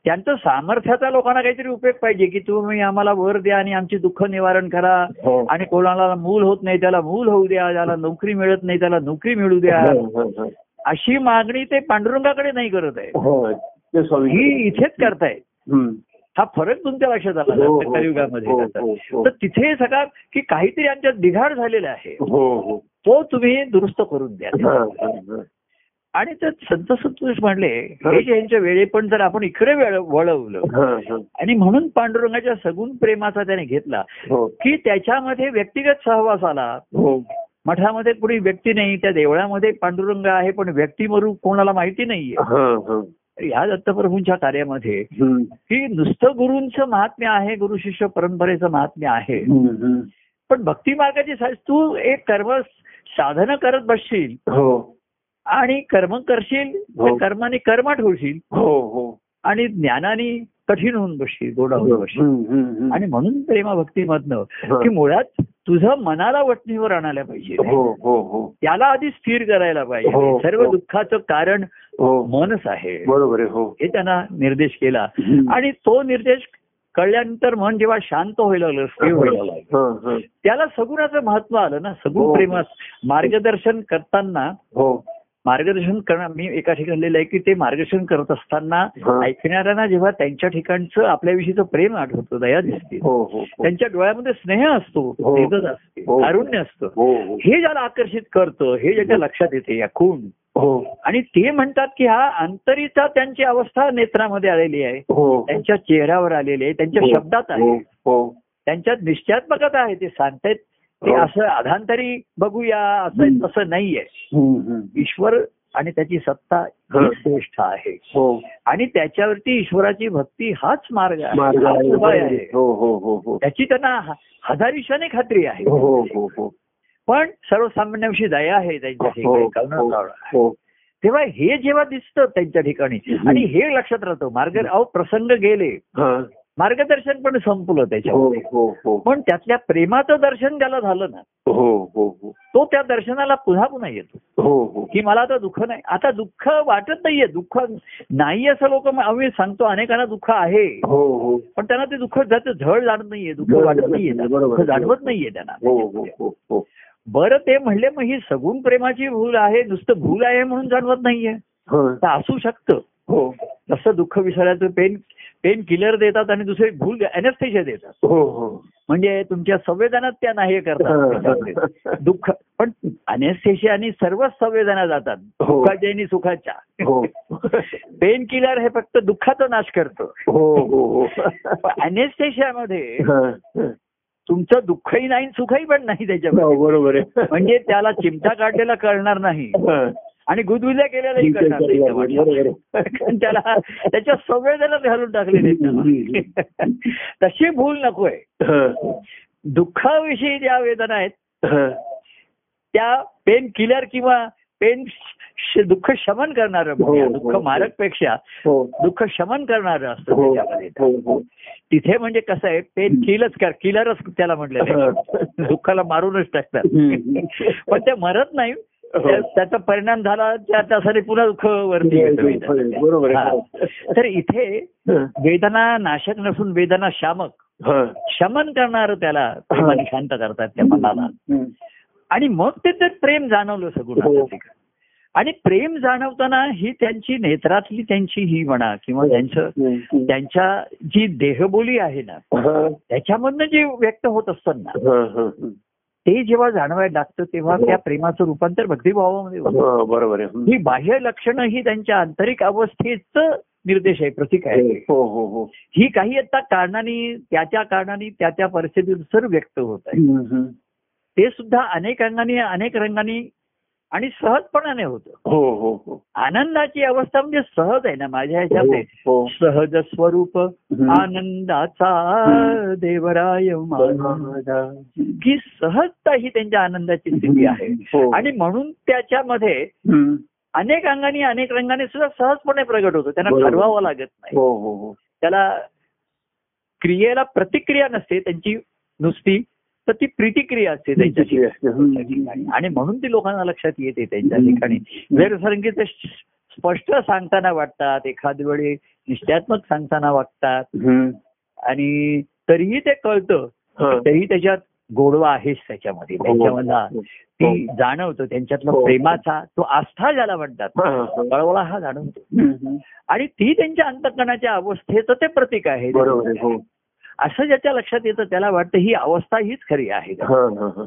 [SPEAKER 2] त्यांचं सामर्थ्याचा लोकांना काहीतरी उपयोग पाहिजे की तुम्ही आम्हाला वर द्या आणि आमची दुःख निवारण करा
[SPEAKER 1] हो.
[SPEAKER 2] आणि कोणाला मूल होत नाही त्याला मूल होऊ द्या ज्याला नोकरी मिळत नाही त्याला नोकरी मिळू द्या
[SPEAKER 1] हा, हा, हा.
[SPEAKER 2] अशी मागणी ते पांडुरंगाकडे नाही करत आहे
[SPEAKER 1] हो ते स्वामी
[SPEAKER 2] ही इथेच करतायत
[SPEAKER 1] हम्म.
[SPEAKER 2] हा फरक तुमच्या लक्षात आला
[SPEAKER 1] हो, हो,
[SPEAKER 2] ना, कलियुगामध्ये
[SPEAKER 1] हो,
[SPEAKER 2] त्याचा.
[SPEAKER 1] हो, हो.
[SPEAKER 2] तर तिथे सगळा की काहीतरी आमच्यात बिघाड झालेला आहे
[SPEAKER 1] हो हो
[SPEAKER 2] तो तुम्ही दुरुस्त करून द्या
[SPEAKER 1] हा, हा, हा.
[SPEAKER 2] आणि ते संत सत्पुरुष म्हणले हे जे यांच्या वेळे पण जर आपण इकडे वेळ- वळवलं
[SPEAKER 1] हा, हा.
[SPEAKER 2] आणि म्हणून पांडुरंगाच्या सगुण प्रेमाचा त्याने घेतला
[SPEAKER 1] हो
[SPEAKER 2] की त्याच्यामध्ये व्यक्तिगत सहवास आला
[SPEAKER 1] हो
[SPEAKER 2] मठामध्ये कुणी व्यक्ती नाही त्या देवळामध्ये पांडुरंग आहे पण व्यक्तिमरूप कोणाला माहिती नाहीये
[SPEAKER 1] हा, हा.
[SPEAKER 2] ह्या दत्तप्रभूंच्या कार्यामध्ये
[SPEAKER 1] हम्म,
[SPEAKER 2] की नुसतं गुरूंचं महात्म्य आहे गुरु शिष्य परंपरेचं महात्म्य आहे
[SPEAKER 1] हम्म, हम्म.
[SPEAKER 2] पण भक्ती मार्गाची साज तू एक कर्म साधनं करत बसशील
[SPEAKER 1] हो
[SPEAKER 2] आणि कर्म करशील
[SPEAKER 1] हो.
[SPEAKER 2] त्या कर्माने कर्मात होशील
[SPEAKER 1] हो हो
[SPEAKER 2] आणि ज्ञानाने कठीण होऊन बसशील गोडा होऊन बसशील
[SPEAKER 1] हम्म, हो. हम्म, हम्म.
[SPEAKER 2] आणि म्हणून प्रेमा भक्तीमधनं
[SPEAKER 1] हा.
[SPEAKER 2] की मुळात तुझं मनाला वटणीवर आणायला पाहिजे
[SPEAKER 1] हो हो हो
[SPEAKER 2] त्याला आधी स्थिर करायला पाहिजे
[SPEAKER 1] हो,
[SPEAKER 2] सर्व
[SPEAKER 1] हो.
[SPEAKER 2] दुःखाचं कारण
[SPEAKER 1] हो
[SPEAKER 2] मनच आहे
[SPEAKER 1] बरोबर आहे हो
[SPEAKER 2] हे त्यांना निर्देश केला आणि तो निर्देश कळल्यानंतर मन जेव्हा शांत व्हायला लागलं स्थिर
[SPEAKER 1] हो.
[SPEAKER 2] व्हायला लागलं
[SPEAKER 1] हा, हा.
[SPEAKER 2] त्याला सगुणाचं महत्व आलं ना सगुण
[SPEAKER 1] हो.
[SPEAKER 2] प्रेमात मार्गदर्शन करताना
[SPEAKER 1] हो
[SPEAKER 2] मार्गदर्शन करणं मी एका ठिकाणी लिहिलंय की ते मार्गदर्शन करत असताना
[SPEAKER 1] हा.
[SPEAKER 2] ऐकणाऱ्यांना जेव्हा त्यांच्या ठिकाणचं आपल्याविषयीचं प्रेम आठवतं दया दिसते
[SPEAKER 1] हो हो हो.
[SPEAKER 2] त्यांच्या डोळ्यामध्ये स्नेह असतो
[SPEAKER 1] हो.
[SPEAKER 2] तेजस असते
[SPEAKER 1] हो.
[SPEAKER 2] कारुण्य असतं
[SPEAKER 1] हो हो
[SPEAKER 2] हे ज्याला आकर्षित करतं हे ज्याच्या लक्षात येते या खूण
[SPEAKER 1] हो
[SPEAKER 2] आणि ते म्हणतात की हा अंतरीचा त्यांची अवस्था नेत्रामध्ये आलेली आहे
[SPEAKER 1] हो
[SPEAKER 2] त्यांच्या चेहऱ्यावर आलेली आहे त्यांच्या
[SPEAKER 1] हो.
[SPEAKER 2] शब्दात आहे
[SPEAKER 1] हो हो
[SPEAKER 2] त्यांच्यात निश्चयात्मकता आहे ते सांगतायत ते
[SPEAKER 1] हो.
[SPEAKER 2] असं आधांतरी बघूया असं आहे,
[SPEAKER 1] हम्म.
[SPEAKER 2] तसं नाहीये
[SPEAKER 1] हम्म, हम्म.
[SPEAKER 2] ईश्वर आणि त्याची सत्ता
[SPEAKER 1] हा.
[SPEAKER 2] ही श्रेष्ठ आहे
[SPEAKER 1] हो
[SPEAKER 2] आणि त्याच्यावरती ईश्वराची भक्ती हाच मार्ग आहे
[SPEAKER 1] मार्ग
[SPEAKER 2] हाच उपाय
[SPEAKER 1] आहे.
[SPEAKER 2] आहे
[SPEAKER 1] हो हो हो हो
[SPEAKER 2] त्याची त्यांना ह- हजारीशाने खात्री आहे
[SPEAKER 1] हो हो हो
[SPEAKER 2] पण सर्वसामान्यांशी दया आहे त्यांच्या ठिकाणी
[SPEAKER 1] हो,
[SPEAKER 2] करुणाभाव आहे.
[SPEAKER 1] हो
[SPEAKER 2] तेव्हा हे जेव्हा दिसतं त्यांच्या ठिकाणी
[SPEAKER 1] हम्म.
[SPEAKER 2] आणि हे लक्षात राहतं मार्ग अहो प्रसंग गेले
[SPEAKER 1] हा.
[SPEAKER 2] मार्गदर्शन पण संपलं
[SPEAKER 1] हो
[SPEAKER 2] त्याच्यामध्ये
[SPEAKER 1] हो हो
[SPEAKER 2] पण त्यातल्या प्रेमाचं दर्शन ज्याला झालं ना
[SPEAKER 1] हो हो हो
[SPEAKER 2] तो त्या दर्शनाला पुन्हा पुन्हा येतो
[SPEAKER 1] हो हो
[SPEAKER 2] की मला आता दुःख नाही आता दुःख वाटत नाहीये दुःख नाही असं लोक आम्ही सांगतो अनेकांना दुःख आहे
[SPEAKER 1] हो हो
[SPEAKER 2] पण त्यांना ते दुःख जात झळ जाणत नाहीये दुःख
[SPEAKER 1] बरोबर,
[SPEAKER 2] वाटत नाहीये त्यांना,
[SPEAKER 1] बरोबर.
[SPEAKER 2] दुःख जाणवत नाहीये त्यांना
[SPEAKER 1] हो हो हो हो
[SPEAKER 2] बरं ते म्हणले मग ही सगुण प्रेमाची भूल आहे नुसतं भूल आहे म्हणून जाणवत नाहीये
[SPEAKER 1] हा.
[SPEAKER 2] तर असू शकतं
[SPEAKER 1] हो
[SPEAKER 2] जसं दुःख विसरायचं पेन पेन किलर देतात आणि दुसरे भूल अनेस्थेशिया देतात
[SPEAKER 1] हो हो
[SPEAKER 2] म्हणजे तुमच्या संवेदनात त्या नाही करतात त्याच्यामध्ये.
[SPEAKER 1] हा.
[SPEAKER 2] दुःख पण अनेस्थेशिया आणि सर्वच संवेदना जातात
[SPEAKER 1] हो.
[SPEAKER 2] दुःखाच्या आणि सुखाच्या
[SPEAKER 1] हो
[SPEAKER 2] पेन किलर हे फक्त दुःखाचा नाश करतं
[SPEAKER 1] हो हो हो
[SPEAKER 2] पण अनेस्थेशियामध्ये
[SPEAKER 1] हा.
[SPEAKER 2] तुमचं दुःखही नाही सुखही पण नाही त्याच्यामध्ये
[SPEAKER 1] हो, बरोबर आहे
[SPEAKER 2] म्हणजे त्याला चिमटा काढलेला कळणार नाही
[SPEAKER 1] हा.
[SPEAKER 2] आणि गुदगुल्या केलेलाही
[SPEAKER 1] ठीक आहे,
[SPEAKER 2] कळणार नाही
[SPEAKER 1] बरोबर,
[SPEAKER 2] त्या वाटेला. कारण त्याला त्याच्या संवेदना घालून टाकलेले
[SPEAKER 1] हम्म,
[SPEAKER 2] तशी भूल नकोय
[SPEAKER 1] हो, हा.
[SPEAKER 2] दुःखाविषयी ज्या वेदना आहेत
[SPEAKER 1] हा.
[SPEAKER 2] त्या पेन किलर किंवा पेन दुःख शमन करणार
[SPEAKER 1] हो, हो,
[SPEAKER 2] दुःख
[SPEAKER 1] हो.
[SPEAKER 2] मारक पेक्षा
[SPEAKER 1] हो
[SPEAKER 2] दुःख शमन करणारं असतं
[SPEAKER 1] हो
[SPEAKER 2] त्याच्यामध्ये
[SPEAKER 1] हो हो
[SPEAKER 2] तिथे म्हणजे कसं आहे पेन किलच कर किलरच त्याला म्हटलेलं आहे.
[SPEAKER 1] हा.
[SPEAKER 2] दुःखाला मारूनच टाकतात
[SPEAKER 1] हो. हम्म.
[SPEAKER 2] पण ते मरत नाही
[SPEAKER 1] हो.
[SPEAKER 2] त्या- त्याचा परिणाम झाला त्या तासाने पुन्हा दुःख वरती येतं वेदना.
[SPEAKER 1] हो, बरोबर
[SPEAKER 2] हा.
[SPEAKER 1] आहे
[SPEAKER 2] तर इथे
[SPEAKER 1] हा.
[SPEAKER 2] वेदना नाशक नसून वेदना शामक
[SPEAKER 1] हा.
[SPEAKER 2] शमन करणार त्याला प्रेमाने शांत करतात त्या मनाला आणि मग ते तर प्रेम जाणवलं
[SPEAKER 1] हो.
[SPEAKER 2] सगुणाचं ठिकाण. आणि प्रेम जाणवताना ही त्यांची नेत्रातली त्यांची ही म्हणा
[SPEAKER 1] हो.
[SPEAKER 2] किंवा त्यांचं
[SPEAKER 1] हम्म.
[SPEAKER 2] त्यांच्या जी देहबोली आहे ना
[SPEAKER 1] हा,
[SPEAKER 2] त्याच्यामधनं जे व्यक्त होत असताना
[SPEAKER 1] हा, हा,
[SPEAKER 2] ते जेव्हा जाणवायला लागतं तेव्हा
[SPEAKER 1] हो.
[SPEAKER 2] त्या प्रेमाचं रूपांतर भक्तिभावामध्ये होतं
[SPEAKER 1] हा. बरोबर आहे हम्म.
[SPEAKER 2] ही बाह्य लक्षणं ही त्यांच्या आंतरिक अवस्थेच निर्देश आहे प्रतीक आहे
[SPEAKER 1] हो हो हो
[SPEAKER 2] ही काही आता कारणाने त्याच्या कारणाने त्या त्या परिस्थितीनुसार व्यक्त होत आहे
[SPEAKER 1] हम्म, हम्म.
[SPEAKER 2] ते सुद्धा अनेक अंगाने अनेक रंगाने आणि सहजपणाने होतं
[SPEAKER 1] हो हो हो
[SPEAKER 2] आनंदाची अवस्था म्हणजे सहज आहे ना माझ्या ह्याच्यामध्ये
[SPEAKER 1] हो,
[SPEAKER 2] सहज स्वरूप
[SPEAKER 1] हम्म.
[SPEAKER 2] आनंदाचा देवराय
[SPEAKER 1] हो,
[SPEAKER 2] माझा. की सहजता ही त्यांच्या आनंदाची स्थिती आहे
[SPEAKER 1] हो.
[SPEAKER 2] आणि म्हणून त्याच्यामध्ये
[SPEAKER 1] हम्म.
[SPEAKER 2] अनेक अंगाने अनेक रंगाने सुद्धा सहजपणे प्रगट होतो त्यांना
[SPEAKER 1] बरोबर.
[SPEAKER 2] ठरवावं लागत नाही
[SPEAKER 1] हो हो हो
[SPEAKER 2] त्याला क्रियेला प्रतिक्रिया नसते त्यांची नुसती तर ती प्रतिक्रिया असते त्यांच्या ठिकाणी.
[SPEAKER 1] हम्म.
[SPEAKER 2] त्या ठिकाणी आणि म्हणून ती लोकांना लक्षात येते त्यांच्या ठिकाणी जर संगीत स्पष्ट सांगताना वाटतात एखाद वेळी निश्चयात्मक सांगताना वाटतात
[SPEAKER 1] हम्म.
[SPEAKER 2] आणि तरीही ते कळतं
[SPEAKER 1] हा.
[SPEAKER 2] तरी त्याच्यात गोडवा आहेच त्याच्यामध्ये त्यांच्यामधला
[SPEAKER 1] हो.
[SPEAKER 2] ती जाणवतो त्यांच्यातला
[SPEAKER 1] हो.
[SPEAKER 2] प्रेमाचा तो आस्था ज्याला म्हणतात
[SPEAKER 1] हा, हा.
[SPEAKER 2] कळवळा हा जाणवतो
[SPEAKER 1] हम्म.
[SPEAKER 2] आणि ती त्यांच्या अंतकरणाच्या अवस्थेचं ते प्रतीक आहे
[SPEAKER 1] बरोबर आहे हो
[SPEAKER 2] असं ज्याच्या लक्षात येतं त्याला वाटतं ही अवस्था हीच खरी आहे
[SPEAKER 1] हा हा हा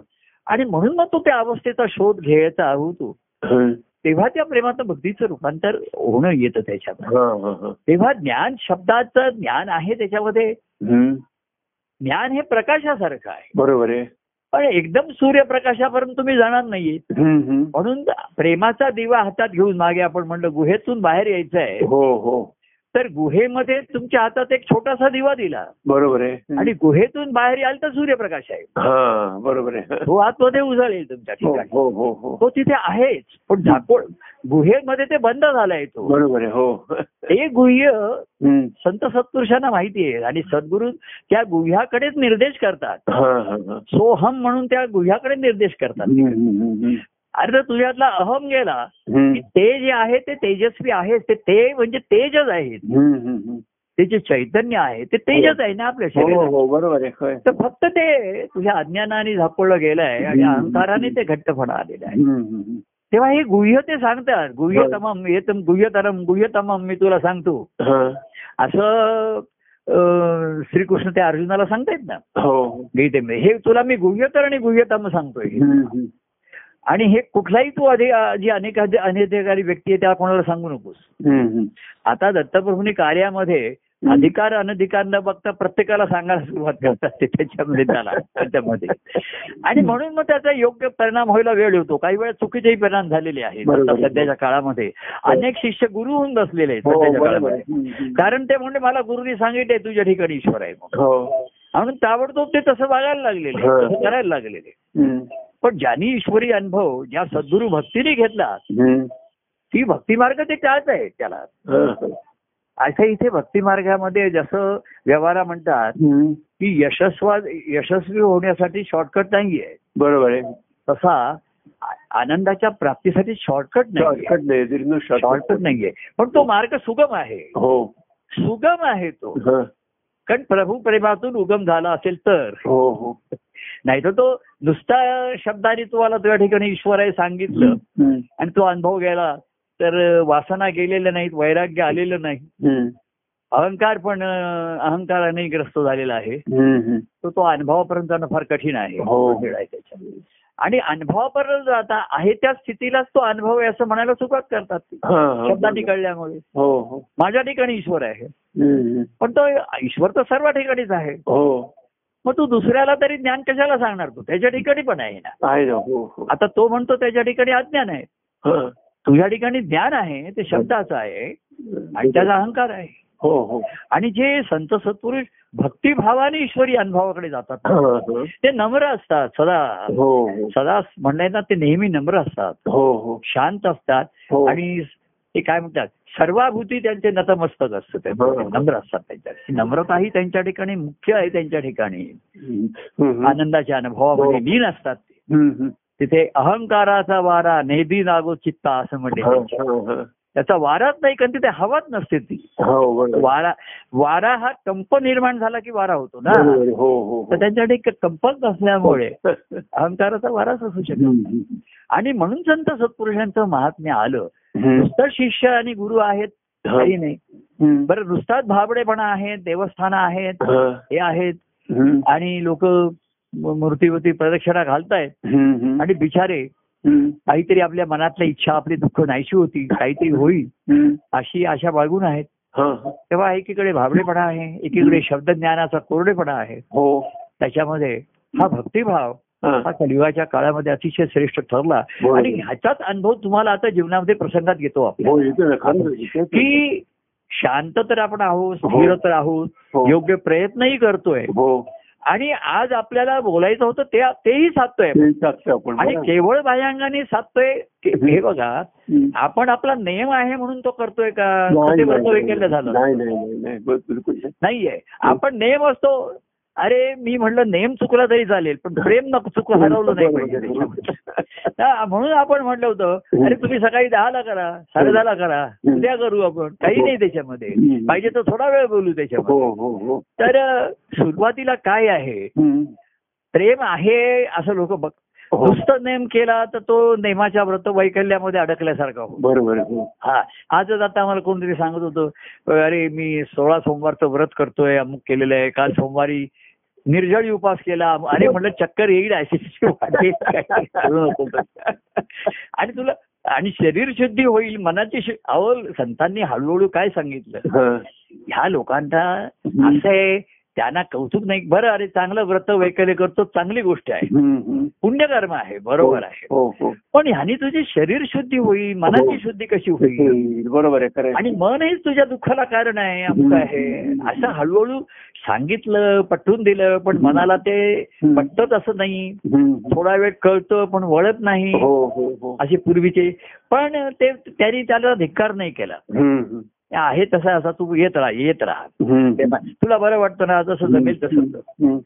[SPEAKER 2] आणि म्हणून मग तो त्या अवस्थेचा शोध घ्यायचा होतो
[SPEAKER 1] हम्म.
[SPEAKER 2] तेव्हा त्या प्रेमाचं भक्तीचं रूपांतर होणं येतं त्याच्यामध्ये
[SPEAKER 1] हा हा हा
[SPEAKER 2] तेव्हा ज्ञान शब्दाचं ज्ञान आहे त्याच्यामध्ये
[SPEAKER 1] हम्म.
[SPEAKER 2] ज्ञान हे प्रकाशासारखं आहे
[SPEAKER 1] बरोबर आहे
[SPEAKER 2] पण एकदम सूर्यप्रकाशापर्यंत तुम्ही जाणार नाहीये
[SPEAKER 1] हम्म, हम्म.
[SPEAKER 2] म्हणून प्रेमाचा दिवा हातात घेऊन मागे आपण म्हणलं गुहेतून बाहेर यायचं आहे
[SPEAKER 1] हो हो
[SPEAKER 2] तर गुहेमध्ये तुमच्या हातात एक छोटासा दिवा दिला
[SPEAKER 1] बरोबर आहे हम्म.
[SPEAKER 2] आणि गुहेतून बाहेर याल तर सूर्यप्रकाश आहे
[SPEAKER 1] हा बरोबर आहे
[SPEAKER 2] तो आतमध्ये उजळेल तुमच्या
[SPEAKER 1] हो
[SPEAKER 2] ठिकाणी
[SPEAKER 1] हो हो हो
[SPEAKER 2] तो तिथे आहेच पण झाकोळ गुहेमध्ये ते बंद झालाय तो
[SPEAKER 1] बरोबर आहे हो
[SPEAKER 2] ते गुह्य
[SPEAKER 1] हम्म.
[SPEAKER 2] संत सत्पुरुषांना माहिती आहे आणि सद्गुरू त्या गुह्याकडेच निर्देश करतात
[SPEAKER 1] हा हा हा
[SPEAKER 2] सोहम म्हणून त्या गुह्याकडे निर्देश करतात
[SPEAKER 1] हम्म, हम्म, हम्म.
[SPEAKER 2] अरे जर तुझ्यातला अहम गेला की
[SPEAKER 1] हम्म.
[SPEAKER 2] ते जे आहे ते तेजस्वी आहे ते ते म्हणजे तेजच आहे
[SPEAKER 1] हम्म, हम्म, हम्म.
[SPEAKER 2] ते जे चैतन्य आहे ते तेजच आहे ना आपल्या
[SPEAKER 1] हो
[SPEAKER 2] शरीरात
[SPEAKER 1] हो बरोबर आहे होय.
[SPEAKER 2] तर फक्त ते तुझ्या अज्ञानाने झापडलं गेलंय आणि अहंकाराने ते घट्टपणा आलेला आहे
[SPEAKER 1] हम्म, हम्म, हम्म.
[SPEAKER 2] तेव्हा हे गुह्य ते सांगतात गुह्यतमम येतम गुह्यतरम गुह्यतमम मी तुला सांगतो
[SPEAKER 1] हा.
[SPEAKER 2] असं अं, श्रीकृष्ण त्या अर्जुनाला सांगतायत ना
[SPEAKER 1] हो
[SPEAKER 2] गीतेमध्ये हे तुला मी गुह्यतर आणि गुह्यतम सांगतोय
[SPEAKER 1] हम्म, हम्म.
[SPEAKER 2] आणि हे कुठलाही तू आधी जी अनेक अनेधिकारी व्यक्ती आहे त्या कोणाला सांगू नकोस
[SPEAKER 1] हम्म, हम्म.
[SPEAKER 2] आता दत्तप्रभूंनी कार्यामध्ये अधिकार अनधिकार न बघता प्रत्येकाला सांगायला सुरुवात करतात ते त्याच्यामध्ये त्याला त्याच्यामध्ये आणि म्हणून मग त्याचा योग्य परिणाम व्हायला वेळ होतो काही वेळा चुकीचेही परिणाम झालेले आहेत
[SPEAKER 1] बरोबर.
[SPEAKER 2] आता सध्याच्या काळामध्ये अनेक शिष्य गुरु होऊन बसलेले आहेत
[SPEAKER 1] हो
[SPEAKER 2] सध्याच्या
[SPEAKER 1] बरोबर
[SPEAKER 2] काळामध्ये
[SPEAKER 1] आहे. हम्म, हम्म.
[SPEAKER 2] कारण ते म्हणले मला गुरुनी सांगितले तुझ्या ठिकाणी ईश्वर आहे म्हणून.
[SPEAKER 1] हो
[SPEAKER 2] म्हणून ताबडतोब ते तसं वागायला लागलेले
[SPEAKER 1] हा.
[SPEAKER 2] तसं करायला लागलेले
[SPEAKER 1] हम्म,
[SPEAKER 2] पण ज्यांनी ईश्वरी अनुभव ज्या सद्गुरू भक्तीने घेतला
[SPEAKER 1] हम्म.
[SPEAKER 2] ती भक्तिमार्ग ते त्याच आहे त्याला
[SPEAKER 1] हा, हा.
[SPEAKER 2] अशा इथे भक्तिमार्गामध्ये जसं व्यवहारा म्हणतात
[SPEAKER 1] हम्म.
[SPEAKER 2] की यशस्वा यशस्वी होण्यासाठी शॉर्टकट नाहीये
[SPEAKER 1] बरोबर आहे
[SPEAKER 2] तसा आ- आनंदाच्या प्राप्तीसाठी शॉर्टकट नाही
[SPEAKER 1] शॉर्टकट नाही दीर्घ
[SPEAKER 2] शॉर्टकट नाहीये पण तो मार्ग सुगम आहे
[SPEAKER 1] हो
[SPEAKER 2] सुगम आहे तो
[SPEAKER 1] हा.
[SPEAKER 2] कारण प्रभू प्रेमातून उगम झाला असेल तर
[SPEAKER 1] हो हो
[SPEAKER 2] नाही तर तो नुसता शब्दाने तुम्हाला तुझ्या ठिकाणी ईश्वराने सांगितलं
[SPEAKER 1] हम्म,
[SPEAKER 2] आणि तो अनुभव गेला तर वासना गेलेल्या नाहीत वैराग्य आलेलं नाही
[SPEAKER 1] हम्म.
[SPEAKER 2] अहंकार पण अं, अहंकाराने ग्रस्त झालेला आहे
[SPEAKER 1] हम्म, हम्म.
[SPEAKER 2] तो तो अनुभवापर्यंत जाणं फार कठीण आहे
[SPEAKER 1] हो.
[SPEAKER 2] वेळ आहे त्याच्यात. आणि अनुभवापर्यंत जाता आहे त्या स्थितीलाच तो अनुभव आहे असं म्हणायला सुरुवात करतात ती.
[SPEAKER 1] हा, हा.
[SPEAKER 2] शब्दांनी कळल्यामुळे
[SPEAKER 1] हो हो
[SPEAKER 2] माझ्या ठिकाणी ईश्वर आहे
[SPEAKER 1] हम्म, हम्म.
[SPEAKER 2] पण तो ईश्वर तर सर्व ठिकाणीच आहे
[SPEAKER 1] हो
[SPEAKER 2] मग तू दुसऱ्याला तरी ज्ञान कशाला सांगणार तू त्याच्या ठिकाणी पण आहे ना
[SPEAKER 1] आहे ना हो हो
[SPEAKER 2] आता तो म्हणतो त्याच्या ठिकाणी अज्ञान आहे
[SPEAKER 1] हा.
[SPEAKER 2] तुझ्या ठिकाणी ज्ञान आहे ते शब्दाचं आहे आणि त्याचा अहंकार आहे
[SPEAKER 1] हो हो
[SPEAKER 2] आणि जे संत सत्पुरुष भक्तिभावाने ईश्वरी अनुभवाकडे जातात
[SPEAKER 1] हा, हा.
[SPEAKER 2] ते नम्र असतात सदा
[SPEAKER 1] हो हो
[SPEAKER 2] सदा म्हणले ना ते नेहमी नम्र असतात
[SPEAKER 1] हो हो
[SPEAKER 2] शांत असतात
[SPEAKER 1] हो
[SPEAKER 2] आणि ते काय म्हणतात सर्वाभूती त्यांचे नतमस्तक असतं त्यांचं. ते नम्र असतात त्यांच्या नम्रता ही त्यांच्या ठिकाणी मुख्य आहे त्यांच्या ठिकाणी
[SPEAKER 1] हम्म, हम्म.
[SPEAKER 2] आनंदाच्या अनुभवामध्ये
[SPEAKER 1] हो.
[SPEAKER 2] लीन असतात ते.
[SPEAKER 1] हम्म, हम्म.
[SPEAKER 2] तिथे अहंकाराचा वारा नेदी नागो चित्ता असं म्हणले
[SPEAKER 1] हा, 어,
[SPEAKER 2] त्यांचे.
[SPEAKER 1] हा, हा.
[SPEAKER 2] त्याचा वाराच नाही कारण तिथे हवाच नसते ती
[SPEAKER 1] हो बरोबर.
[SPEAKER 2] वारा वारा हा कंप निर्माण झाला की वारा होतो ना
[SPEAKER 1] बरोबर. हो हो
[SPEAKER 2] तर
[SPEAKER 1] हो.
[SPEAKER 2] त्यांच्याकडे कंपच नसल्यामुळे
[SPEAKER 1] 어.
[SPEAKER 2] अहंकाराचा वाराच असू शकतो
[SPEAKER 1] हम्म,
[SPEAKER 2] आणि म्हणून संत सत्पुरुषांचं महात्म्य आलं
[SPEAKER 1] हम्म.
[SPEAKER 2] नुसतं शिष्य आणि गुरु आहेत
[SPEAKER 1] हा.
[SPEAKER 2] काही नाही
[SPEAKER 1] हम्म.
[SPEAKER 2] बरं नुसताच भाबडेपणा आहेत देवस्थानं आहेत
[SPEAKER 1] हा.
[SPEAKER 2] हे आहेत
[SPEAKER 1] हम्म.
[SPEAKER 2] आणि लोक मूर्तीवरती प्रदक्षिणा घालतायत
[SPEAKER 1] हम्म, हम्म.
[SPEAKER 2] आणि बिचारे
[SPEAKER 1] हम्म.
[SPEAKER 2] काहीतरी आपल्या मनातल्या इच्छा आपली दुःख नाहीशी होती काहीतरी होईल
[SPEAKER 1] हम्म.
[SPEAKER 2] अशी आशा बाळगून आहेत
[SPEAKER 1] हा, हा.
[SPEAKER 2] तेव्हा एकीकडे भाबडेपणा आहे एकीकडे शब्द ज्ञानाचा कोरडेपणा आहे
[SPEAKER 1] हो
[SPEAKER 2] त्याच्यामध्ये हा भक्तिभाव
[SPEAKER 1] हा.
[SPEAKER 2] हा कलियुगाच्या काळामध्ये अतिशय श्रेष्ठ ठरला
[SPEAKER 1] बरोबर.
[SPEAKER 2] आणि ह्याचाच अनुभव तुम्हाला आता जीवनामध्ये प्रसंगात घेतो आपण
[SPEAKER 1] हो येतो ना खरं येतो.
[SPEAKER 2] की शांत तर आपण आहोत स्थिर तर आहोत
[SPEAKER 1] हो.
[SPEAKER 2] योग्य प्रयत्नही करतोय
[SPEAKER 1] हो
[SPEAKER 2] आणि आज आपल्याला बोलायचं होतं ते तेही साधतोय
[SPEAKER 1] ते टाकतो आपण
[SPEAKER 2] आणि
[SPEAKER 1] बरं.
[SPEAKER 2] केवळ बाह्यांगाने साधतोय के-
[SPEAKER 1] हो.
[SPEAKER 2] हे बघा
[SPEAKER 1] हम्म.
[SPEAKER 2] आपण आपला नियम आहे म्हणून तो करतोय का तर
[SPEAKER 1] नाही,
[SPEAKER 2] ते
[SPEAKER 1] नाही,
[SPEAKER 2] वर्तवं
[SPEAKER 1] नाही,
[SPEAKER 2] केलं झालं
[SPEAKER 1] नाही, नाही, नाही, नाही, ब- बिलकुल नाही.
[SPEAKER 2] नाहीये आपण नेम असतो अरे मी म्हणलं नेम चुकला तरी चालेल पण प्रेम नको चुक हरवलं नाही
[SPEAKER 1] हो. बरोबर,
[SPEAKER 2] पाहिजे
[SPEAKER 1] बरोबर.
[SPEAKER 2] त्याच्यामध्ये. हा, म्हणून आपण म्हटलं होतं अरे तुम्ही सकाळी दहाला करा साडे दहाला करा उद्या करू आपण काही नाही त्याच्यामध्ये
[SPEAKER 1] हो. हम्म.
[SPEAKER 2] पाहिजे तर थोडा वेळ बोलू त्याच्यामध्ये
[SPEAKER 1] हो हो हो
[SPEAKER 2] तर अ, सुरुवातीला काय आहे
[SPEAKER 1] हम्म.
[SPEAKER 2] प्रेम आहे असं लोक बघ
[SPEAKER 1] हो.
[SPEAKER 2] नुसतं नेम केला तर तो नेमाच्या व्रत वैकल्यामध्ये अडकल्यासारखा हो
[SPEAKER 1] बरोबर हो
[SPEAKER 2] हा आजच आता आम्हाला कोणतरी सांगत होतं अरे मी सोळा सोमवारचं व्रत करतोय अमुक केलेलं आहे काल सोमवारी निर्जळी उपास केला अरे म्हणलं चक्कर येईल अशी वाटेल काही करू नको. आणि तुला आणि शरीर शुद्धी होईल मनाची शु- अहो संतांनी हळूहळू काय सांगितलं
[SPEAKER 1] हा.
[SPEAKER 2] ह्या लोकांना असं आहे त्यांना कौतुक नाही बरं अरे चांगलं व्रत वैकल्य करतो चांगली गोष्ट आहे
[SPEAKER 1] हम्म, हम्म.
[SPEAKER 2] पुण्यकर्म आहे बरोबर आहे
[SPEAKER 1] हो हो
[SPEAKER 2] पण ह्यानी तुझी शरीर शुद्धी होईल मनाची शुद्धी कशी होईल
[SPEAKER 1] हम्म, बरोबर आहे खरं आहे.
[SPEAKER 2] आणि मन हेच तुझ्या दुःखाला कारण आहे अमुक आहे असं हळूहळू सांगितलं पटवून दिलं पण मनाला ते पटत असं नाही
[SPEAKER 1] हम्म.
[SPEAKER 2] थोडा वेळ कळतं पण वळत नाही
[SPEAKER 1] हो हो हो
[SPEAKER 2] असे पूर्वीचे पण ते त्यांनी त्याला धिक्कार नाही केला
[SPEAKER 1] हम्म, हम्म.
[SPEAKER 2] आहे तसा असा तू येत राहा येत राहा ते
[SPEAKER 1] हम्म.
[SPEAKER 2] पण तुला बरं वाटतं ना जसं जमेल तसं कर.
[SPEAKER 1] हम्म,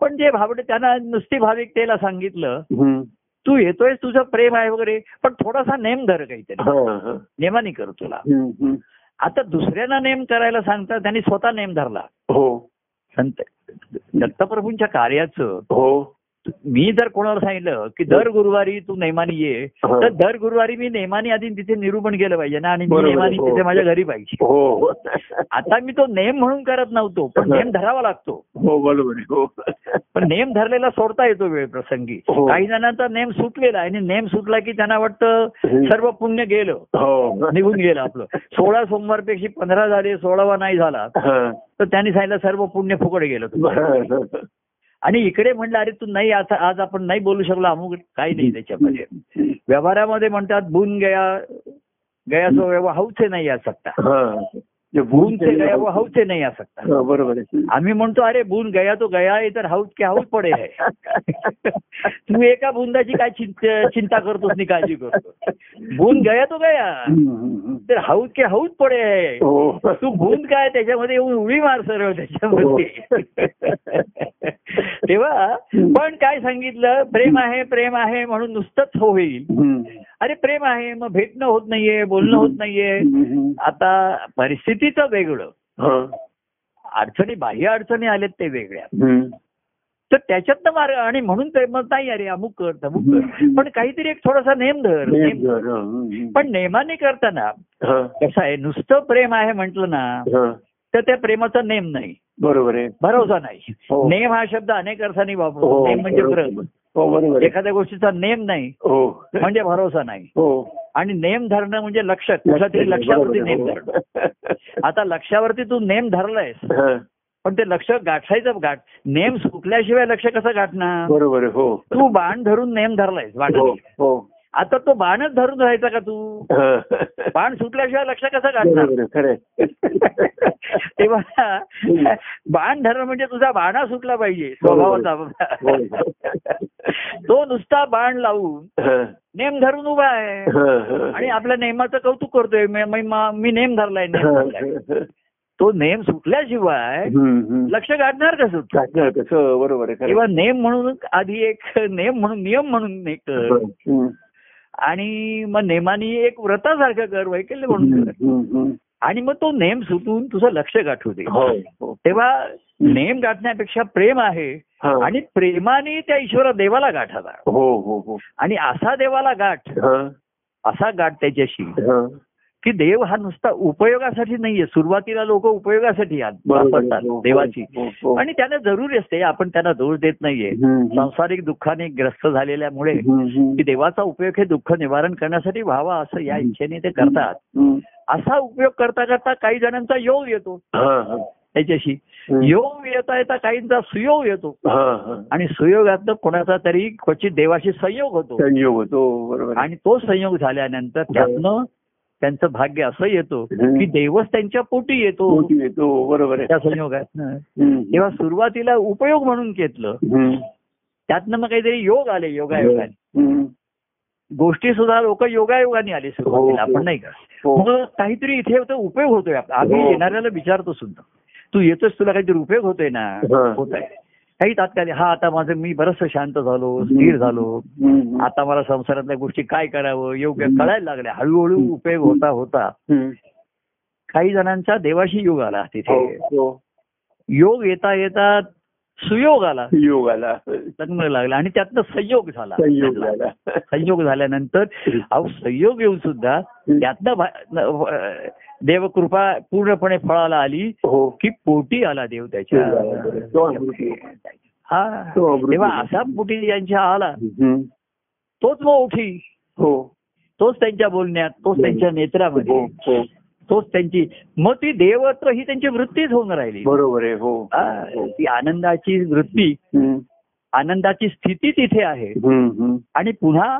[SPEAKER 2] पण जे भावडे त्यांना नुसती भाविकतेला सांगितलं
[SPEAKER 1] हम्म.
[SPEAKER 2] तू येतोय तुझं प्रेम आहे वगैरे पण थोडासा नेम धर काहीतरी
[SPEAKER 1] हा, हा.
[SPEAKER 2] नेमाने कर तुला
[SPEAKER 1] हम्म, हम्म.
[SPEAKER 2] आता दुसऱ्यांना नेम करायला सांगतात त्यांनी स्वतः नेम धरला
[SPEAKER 1] हो
[SPEAKER 2] संत दत्तप्रभूंच्या कार्याचं
[SPEAKER 1] हो
[SPEAKER 2] मी जर कोणाला सांगितलं की दर गुरुवारी तू नेमानी ये
[SPEAKER 1] हा.
[SPEAKER 2] तर दर गुरुवारी मी नेमानी आधी तिथे निरूपण केलं पाहिजे ना आणि मी
[SPEAKER 1] बरोबर,
[SPEAKER 2] नेमानी
[SPEAKER 1] हो.
[SPEAKER 2] तिथे माझ्या घरी पाहिजे
[SPEAKER 1] हो
[SPEAKER 2] आता मी तो नेम म्हणून करत नव्हतो पण
[SPEAKER 1] हा.
[SPEAKER 2] नेम धरावा लागतो
[SPEAKER 1] हो बरोबर आहे. हो
[SPEAKER 2] पण नेम धरलेला सोडता येतो वेळ प्रसंगी
[SPEAKER 1] हो.
[SPEAKER 2] काही जणांचा नेम सुटलेला आहे आणि नेम सुटला की त्यांना वाटतं
[SPEAKER 1] हम्म.
[SPEAKER 2] सर्व पुण्य गेलं
[SPEAKER 1] हो
[SPEAKER 2] निघून गेलं आपलं सोळा सोमवारपेक्षा पंधरा झाले सोळावा नाही झाला
[SPEAKER 1] हा.
[SPEAKER 2] तर त्यांनी सांगितलं सर्व पुण्य फुकट गेलं तुझं.
[SPEAKER 1] बरोबर.
[SPEAKER 2] आणि इकडे म्हणलं अरे तू नाही आता आज आपण नाही बोलू शकलो अमुक काही नाही त्याच्यामध्ये व्यवहारामध्ये म्हणतात बुन गया गया सो व्यवहार हौचे नाही आ सकता
[SPEAKER 1] हा. जे
[SPEAKER 2] बुन
[SPEAKER 1] भूम
[SPEAKER 2] से
[SPEAKER 1] केलेलं
[SPEAKER 2] गया
[SPEAKER 1] आहे.
[SPEAKER 2] वो हौचे नाही आ सकता
[SPEAKER 1] हा, बरोबर आहे
[SPEAKER 2] आम्ही म्हणतो अरे बुन गया तो गया आहे तर हौच क्या हौच पडे आहे तू एका बुंदाची काय चिंत- चिंता करतोस आणि काळजी करतो बुन गया तो गया
[SPEAKER 1] हम्म, हम्म.
[SPEAKER 2] तर हौच के हौच पडे आहे
[SPEAKER 1] हो
[SPEAKER 2] तू भूत काय त्याच्यामध्ये येऊन उडी मार सरळ हो. त्याच्यामध्ये तेव्हा पण काय सांगितलं प्रेम आहे प्रेम आहे म्हणून नुसतंच हो होईल
[SPEAKER 1] हम्म.
[SPEAKER 2] अरे प्रेम आहे मग भेटणं होत नाहीये बोलणं होत नाहीये
[SPEAKER 1] हम्म.
[SPEAKER 2] आता परिस्थितीचं वेगळं
[SPEAKER 1] हा.
[SPEAKER 2] अडचणी बाह्य अडचणी आल्यात ते वेगळ्या
[SPEAKER 1] हम्म.
[SPEAKER 2] तर त्याच्यातनं मार्ग आणि म्हणून ते मग नाही अरे अमुक कर तमुक कर पण काहीतरी एक थोडासा नेम धर नेम धर.
[SPEAKER 1] हा, हम्म.
[SPEAKER 2] पण नेमाने करताना
[SPEAKER 1] हा.
[SPEAKER 2] कसं आहे नुसतं प्रेम आहे म्हटलं ना
[SPEAKER 1] हा.
[SPEAKER 2] तर त्या प्रेमाचा नेम नाही
[SPEAKER 1] बरोबर आहे
[SPEAKER 2] भरोसा नाही
[SPEAKER 1] हो.
[SPEAKER 2] नेम हा शब्द अनेक अर्थाने
[SPEAKER 1] हो,
[SPEAKER 2] वापरतो नेम म्हणजे
[SPEAKER 1] बरोबर.
[SPEAKER 2] प्र
[SPEAKER 1] हो बरोबर आहे.
[SPEAKER 2] एखाद्या गोष्टीचा नेम नाही
[SPEAKER 1] हो
[SPEAKER 2] म्हणजे भरोसा नाही
[SPEAKER 1] हो
[SPEAKER 2] आणि नेम धरणं म्हणजे लक्ष कुठला तरी लक्षावरती नेम धरणं आता लक्षावरती तू नेम धरलायस
[SPEAKER 1] हा.
[SPEAKER 2] पण ते लक्ष गाठायचं गाठ नेम सुटल्याशिवाय लक्ष कसं गाठणार
[SPEAKER 1] बरोबर आहे. हो
[SPEAKER 2] तू बाण धरून नेम धरलायस बाण
[SPEAKER 1] हो हो
[SPEAKER 2] आता तो बाणच धरून राहायचा का तू
[SPEAKER 1] हा.
[SPEAKER 2] बाण सुटल्याशिवाय लक्ष कसं गाठणार
[SPEAKER 1] बरोबर आहे. खरं आहे.
[SPEAKER 2] तेव्हा बाण धरणं म्हणजे तुझा बाणा सुटला पाहिजे स्वभावाचा
[SPEAKER 1] हो.
[SPEAKER 2] तो नुसता बाण लावून
[SPEAKER 1] हा.
[SPEAKER 2] नेम धरून उभा आहे
[SPEAKER 1] हा, हा.
[SPEAKER 2] आणि आपल्या नेमाचं कौतुक करतोय मी- मी मा- मी नेम धरलाय नेम धरलाय. तो नेम सुटल्याशिवाय
[SPEAKER 1] हम्म, हम्म.
[SPEAKER 2] लक्ष गाठणार कसं तू?
[SPEAKER 1] टाकणार कसं हो, बरोबर आहे खरं
[SPEAKER 2] किंवा नेम म्हणून आधी एक नेम म्हणून नियम म्हणून एक
[SPEAKER 1] आहे. हम्म.
[SPEAKER 2] आणि मग नेमाने एक व्रतासारखं कर वैकल्य म्हणून कर. आणि मग तो नेम सुटून तुझं लक्ष गाठू दे
[SPEAKER 1] हो, हो.
[SPEAKER 2] तेव्हा नेम गाठण्यापेक्षा प्रेम आहे
[SPEAKER 1] हा.
[SPEAKER 2] आणि प्रेमाने त्या ईश्वर देवाला गाठावा
[SPEAKER 1] हो हो हो
[SPEAKER 2] आणि असा देवाला गाठ
[SPEAKER 1] हा,
[SPEAKER 2] असा गाठ त्याच्याशी
[SPEAKER 1] हा.
[SPEAKER 2] की देव हा नुसता उपयोगासाठी नाहीये सुरुवातीला लोक उपयोगासाठी आण-
[SPEAKER 1] बरोबर.
[SPEAKER 2] वापरतात
[SPEAKER 1] हो, हो,
[SPEAKER 2] देवाची
[SPEAKER 1] हो, हो.
[SPEAKER 2] आणि त्यांना जरुरी असते आपण त्यांना दोष देत नाहीये
[SPEAKER 1] हम्म, हम्म.
[SPEAKER 2] सांसारिक दुःखाने ग्रस्त झालेल्यामुळे
[SPEAKER 1] हम्म, हम्म.
[SPEAKER 2] की देवाचा उपयोग हे दुःख निवारण करण्यासाठी व्हावा असं या इच्छेने ते करतात
[SPEAKER 1] हम्म.
[SPEAKER 2] असा उपयोग करता करता काही जणांचा योग येतो
[SPEAKER 1] हा, हा.
[SPEAKER 2] त्याच्याशी
[SPEAKER 1] हम्म.
[SPEAKER 2] योग येता येता काहींचा सुयोग येतो
[SPEAKER 1] हा, हा.
[SPEAKER 2] आणि सुयोगातनं कोणाचा तरी क्वचित देवाशी संयोग होतो
[SPEAKER 1] संयोग होतो बरोबर आहे.
[SPEAKER 2] आणि तो संयोग झाल्यानंतर त्यातनं त्यांचं भाग्य असं येतो
[SPEAKER 1] हम्म.
[SPEAKER 2] की देवच त्यांच्या पोटी येतो
[SPEAKER 1] पोटी येतो बरोबर आहे
[SPEAKER 2] त्या संयोगात
[SPEAKER 1] हम्म.
[SPEAKER 2] तेव्हा सुरुवातीला उपयोग म्हणून घेतलं
[SPEAKER 1] हम्म.
[SPEAKER 2] त्यातनं मग काहीतरी योग आले योगायोगाने
[SPEAKER 1] हम्म.
[SPEAKER 2] गोष्टी सुद्धा लोक योगायोगाने आले सुरुवातीला
[SPEAKER 1] हो, हो.
[SPEAKER 2] आपण नाही का
[SPEAKER 1] हो.
[SPEAKER 2] मग काहीतरी इथे होतं उपयोग होतोय आपला आम्ही
[SPEAKER 1] हो.
[SPEAKER 2] येणाऱ्याला विचारतो सुद्धा तू येतोस तुला काहीतरी उपयोग होतोय ना
[SPEAKER 1] हा.
[SPEAKER 2] होत आहे काही तात्काळ हा आता माझं मी बरस शांत झालो स्थिर झालो
[SPEAKER 1] हम्म.
[SPEAKER 2] आता मला संसारातल्या गोष्टी काय करावं योग्य
[SPEAKER 1] हम्म.
[SPEAKER 2] कळायला लागल्या हळूहळू
[SPEAKER 1] हम्म.
[SPEAKER 2] उपयोग होता होता
[SPEAKER 1] हम्म.
[SPEAKER 2] काही जणांचा देवाशी योग आला
[SPEAKER 1] हो,
[SPEAKER 2] तिथे
[SPEAKER 1] हो.
[SPEAKER 2] योग येता येता सुयोग आला
[SPEAKER 1] योग आला
[SPEAKER 2] लग्न लागला आणि त्यातनं संयोग झाला
[SPEAKER 1] संयोग आला
[SPEAKER 2] संयोग झाल्यानंतर अहो संयोग येऊन सुद्धा त्यातनं भा- न- व- देवकृपा पूर्णपणे फळाला आली
[SPEAKER 1] हो
[SPEAKER 2] की पोटी आला देव
[SPEAKER 1] देव आला. तो अमृत योग.
[SPEAKER 2] त्याच्या हा
[SPEAKER 1] तो अमृत
[SPEAKER 2] तेव्हा
[SPEAKER 1] योग.
[SPEAKER 2] असा पोटी ज्यांच्या आला
[SPEAKER 1] हम्म.
[SPEAKER 2] तोच मग उठी
[SPEAKER 1] हो
[SPEAKER 2] तोच त्यांच्या बोलण्यात तोच त्यांच्या
[SPEAKER 1] हो
[SPEAKER 2] नेत्रामध्ये
[SPEAKER 1] हो
[SPEAKER 2] तोच त्यांची मग ती देवत्व ही त्यांची वृत्तीच होऊन राहिली
[SPEAKER 1] बरोबर आहे हो
[SPEAKER 2] हा, ती आनंदाची वृत्ती
[SPEAKER 1] हम्म.
[SPEAKER 2] आनंदाची स्थिती तिथे आहे
[SPEAKER 1] हम्म, हम्म.
[SPEAKER 2] आणि पुन्हा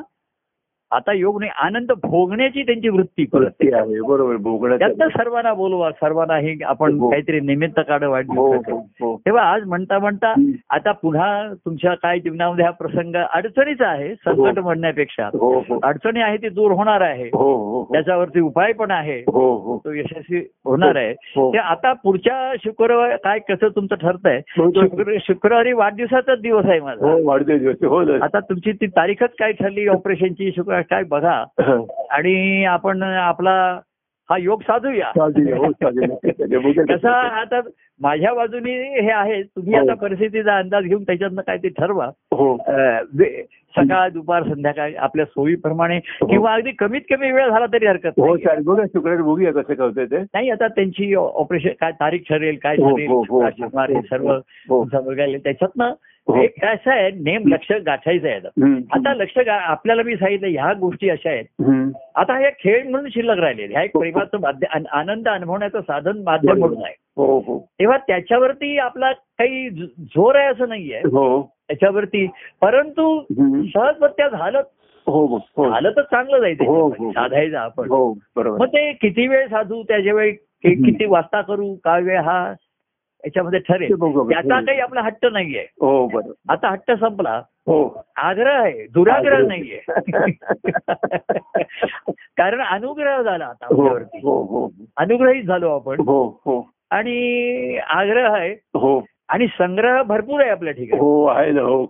[SPEAKER 2] आता योग नाही आनंद भोगण्याची त्यांची वृत्ती परत
[SPEAKER 1] वृत्ती आहे बरोबर
[SPEAKER 2] त्यातनं
[SPEAKER 1] भोगण्याचं
[SPEAKER 2] सर्वांना बोलवा सर्वांना हे आपण
[SPEAKER 1] हो.
[SPEAKER 2] काहीतरी निमित्त काढ
[SPEAKER 1] हो
[SPEAKER 2] वाढली
[SPEAKER 1] हो हो
[SPEAKER 2] तेव्हा आज म्हणता म्हणता
[SPEAKER 1] हं.
[SPEAKER 2] आता पुन्हा तुमच्या काय जीवनामध्ये हा प्रसंग अडचणीचा आहे संकट
[SPEAKER 1] हो.
[SPEAKER 2] म्हणण्यापेक्षा
[SPEAKER 1] हो हो
[SPEAKER 2] अडचणी आहे ती दूर होणार आहे
[SPEAKER 1] हो हो हो
[SPEAKER 2] त्याच्यावरती उपाय पण आहे
[SPEAKER 1] हो हो
[SPEAKER 2] तो यशस्वी होणार आहे
[SPEAKER 1] हो.
[SPEAKER 2] ते आता पुढच्या शुक्रवार काय कसं तुमचं ठरतंय
[SPEAKER 1] हो, हो.
[SPEAKER 2] शुक्र- शुक्रवारी वाढदिवसाचाच दिवस आहे
[SPEAKER 1] हो
[SPEAKER 2] माझा
[SPEAKER 1] वाढदिवस दिवस हो ना.
[SPEAKER 2] आता तुमची ती तारीखच काय ठरली ऑपरेशनची शुक्रवार काय बघा
[SPEAKER 1] हा.
[SPEAKER 2] आणि आपण आपला हा योग साधूया
[SPEAKER 1] चालतंय, हो चालतंय. नक्कीच चालतंय. बघूया कसं
[SPEAKER 2] कसा आता माझ्या बाजूने हे आहे तुम्ही
[SPEAKER 1] हो.
[SPEAKER 2] आता परिस्थितीचा अंदाज घेऊन त्याच्यातनं काय ते ठरवा
[SPEAKER 1] हो
[SPEAKER 2] अं, वे- सकाळ दुपार संध्याकाळ आपल्या सोयीप्रमाणे किंवा अगदी कमीत कमी वेळ झाला तरी हरकत
[SPEAKER 1] हो
[SPEAKER 2] नाही
[SPEAKER 1] चालेल बघा शुक्रवारी बघूया कसं काय होतंय ते
[SPEAKER 2] नाही आता त्यांची ऑपरेशन काय तारीख ठरेल काय
[SPEAKER 1] हो,
[SPEAKER 2] ठरेल
[SPEAKER 1] हो, हो,
[SPEAKER 2] काय ठरणार हे
[SPEAKER 1] हो,
[SPEAKER 2] सर्व
[SPEAKER 1] हो.
[SPEAKER 2] तुमचा मुलगा आहे. त्याच्यातनं
[SPEAKER 1] हो.
[SPEAKER 2] एक कसं आहे नेम लक्ष गाठायचं आहे आता.
[SPEAKER 1] हम्म.
[SPEAKER 2] आता लक्ष गा- आपल्याला मी सांगितलं ह्या गोष्टी अशा आहेत
[SPEAKER 1] हम्म.
[SPEAKER 2] आता हे खेळ म्हणून शिल्लक राहिले ह्या एक
[SPEAKER 1] हो.
[SPEAKER 2] प्रेमाचं माध्यम आन- आनंद अनुभवण्याचं साधन माध्यम म्हणून आहे
[SPEAKER 1] हो हो
[SPEAKER 2] तेव्हा त्याच्यावरती आपला काही ज- जोर आहे असं नाहीये
[SPEAKER 1] हो
[SPEAKER 2] त्याच्यावरती परंतु
[SPEAKER 1] हम्म.
[SPEAKER 2] सहजपत्या झालं
[SPEAKER 1] हो हो हो
[SPEAKER 2] झालं तर चांगलं
[SPEAKER 1] हो, हो,
[SPEAKER 2] जायचं
[SPEAKER 1] हो.
[SPEAKER 2] साधायचं आपण
[SPEAKER 1] हो बरोबर
[SPEAKER 2] मग ते किती वेळ साधू त्याच्या वेळी कि-
[SPEAKER 1] हम्म.
[SPEAKER 2] किती वाजता करू काय वेळ हा याच्यामध्ये ठरेल
[SPEAKER 1] ते बघू
[SPEAKER 2] त्याचा
[SPEAKER 1] आपण.
[SPEAKER 2] काही आपला हट्ट नाहीये
[SPEAKER 1] हो बरोबर
[SPEAKER 2] आता हट्ट संपला
[SPEAKER 1] हो
[SPEAKER 2] आग्रह आहे दुराग्रह
[SPEAKER 1] आग्रह.
[SPEAKER 2] नाहीये कारण अनुग्रह झाला आता
[SPEAKER 1] हो
[SPEAKER 2] आपल्यावरती
[SPEAKER 1] हो हो
[SPEAKER 2] अनुग्रहित झालो आपण
[SPEAKER 1] हो हो
[SPEAKER 2] आणि आग्रह आहे
[SPEAKER 1] हो
[SPEAKER 2] आणि संग्रह भरपूर आहे आपल्या ठिकाणी
[SPEAKER 1] हो आहे ना हो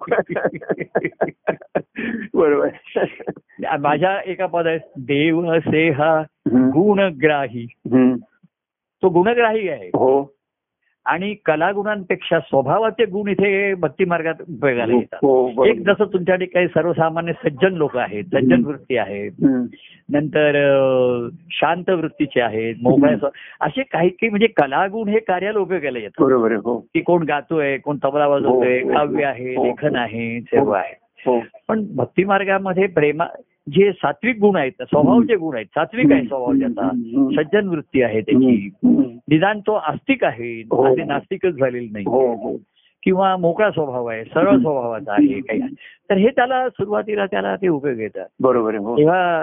[SPEAKER 1] बरोबर हो.
[SPEAKER 2] माझ्या एका पदात देव सेहा
[SPEAKER 1] हम्म.
[SPEAKER 2] गुणग्राही
[SPEAKER 1] हम्म.
[SPEAKER 2] तो गुणग्राही आहे
[SPEAKER 1] हो
[SPEAKER 2] आणि कलागुणांपेक्षा स्वभावाचे गुण इथे भक्ती मार्गात उपयोगाला
[SPEAKER 1] हो
[SPEAKER 2] येतात
[SPEAKER 1] बरोबर.
[SPEAKER 2] एक जसं तुमच्या ठिकाणी सर्वसामान्य सज्जन लोक आहेत सज्जन
[SPEAKER 1] हम्म.
[SPEAKER 2] वृत्ती आहे
[SPEAKER 1] हम्म.
[SPEAKER 2] नंतर अं, शांत वृत्तीचे आहेत मोकळ्या स्व- असे काही काही म्हणजे कलागुण हे कार्याला उपयोगाला येतात
[SPEAKER 1] बरोबर आहे हो
[SPEAKER 2] की कोण गातोय कोण तबला वाजवतोय
[SPEAKER 1] हो, हो,
[SPEAKER 2] काव्य आहे
[SPEAKER 1] हो.
[SPEAKER 2] लेखन आहे सर्व आहे
[SPEAKER 1] हो
[SPEAKER 2] पण भक्ती मार्गामध्ये प्रेमा जे सात्विक गुण आहेत स्वभावचे गुण आहेत सात्विक आहे स्वभाव त्याचा
[SPEAKER 1] हम्म.
[SPEAKER 2] सज्जन वृत्ती आहे त्याची
[SPEAKER 1] हम्म.
[SPEAKER 2] निदान तो आस्तिक आहे
[SPEAKER 1] हो.
[SPEAKER 2] आधी नास्तिकच झालेली नाही
[SPEAKER 1] हो हो
[SPEAKER 2] किंवा मोकळा स्वभाव आहे सरळ स्वभावाचा आहे काही तर हे त्याला सुरुवातीला त्याला ते उपयोग येतात
[SPEAKER 1] बरोबर आहे हो
[SPEAKER 2] तेव्हा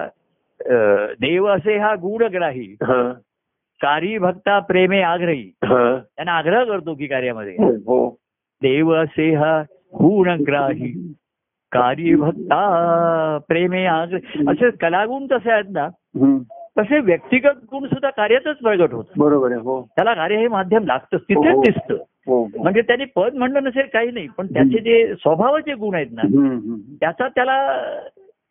[SPEAKER 2] अं, देव असे हा गुणग्राही
[SPEAKER 1] हा
[SPEAKER 2] कार्य भक्ता प्रेमे आग्रही
[SPEAKER 1] हा
[SPEAKER 2] त्यांना आग्रह करतो की कार्यामध्ये
[SPEAKER 1] हो हो
[SPEAKER 2] देव असे हा गुणग्राही कार्य भक्ता प्रेमे आग्रही असे कलागुण तसे आहेत ना
[SPEAKER 1] हम्म.
[SPEAKER 2] तसे व्यक्तिगत गुण सुद्धा कार्यातच प्रगट होतात
[SPEAKER 1] बरोबर आहे हो
[SPEAKER 2] त्याला कार्य हे माध्यम लागतं तिथेच
[SPEAKER 1] हो.
[SPEAKER 2] दिसतं
[SPEAKER 1] हो हो.
[SPEAKER 2] म्हणजे त्याने पद Dạ.
[SPEAKER 1] Ừ,
[SPEAKER 2] म्हणलं नसेल काही नाही पण त्याचे जे स्वभावाचे गुण आहेत ना
[SPEAKER 1] हम्म, हम्म.
[SPEAKER 2] त्याचा त्याला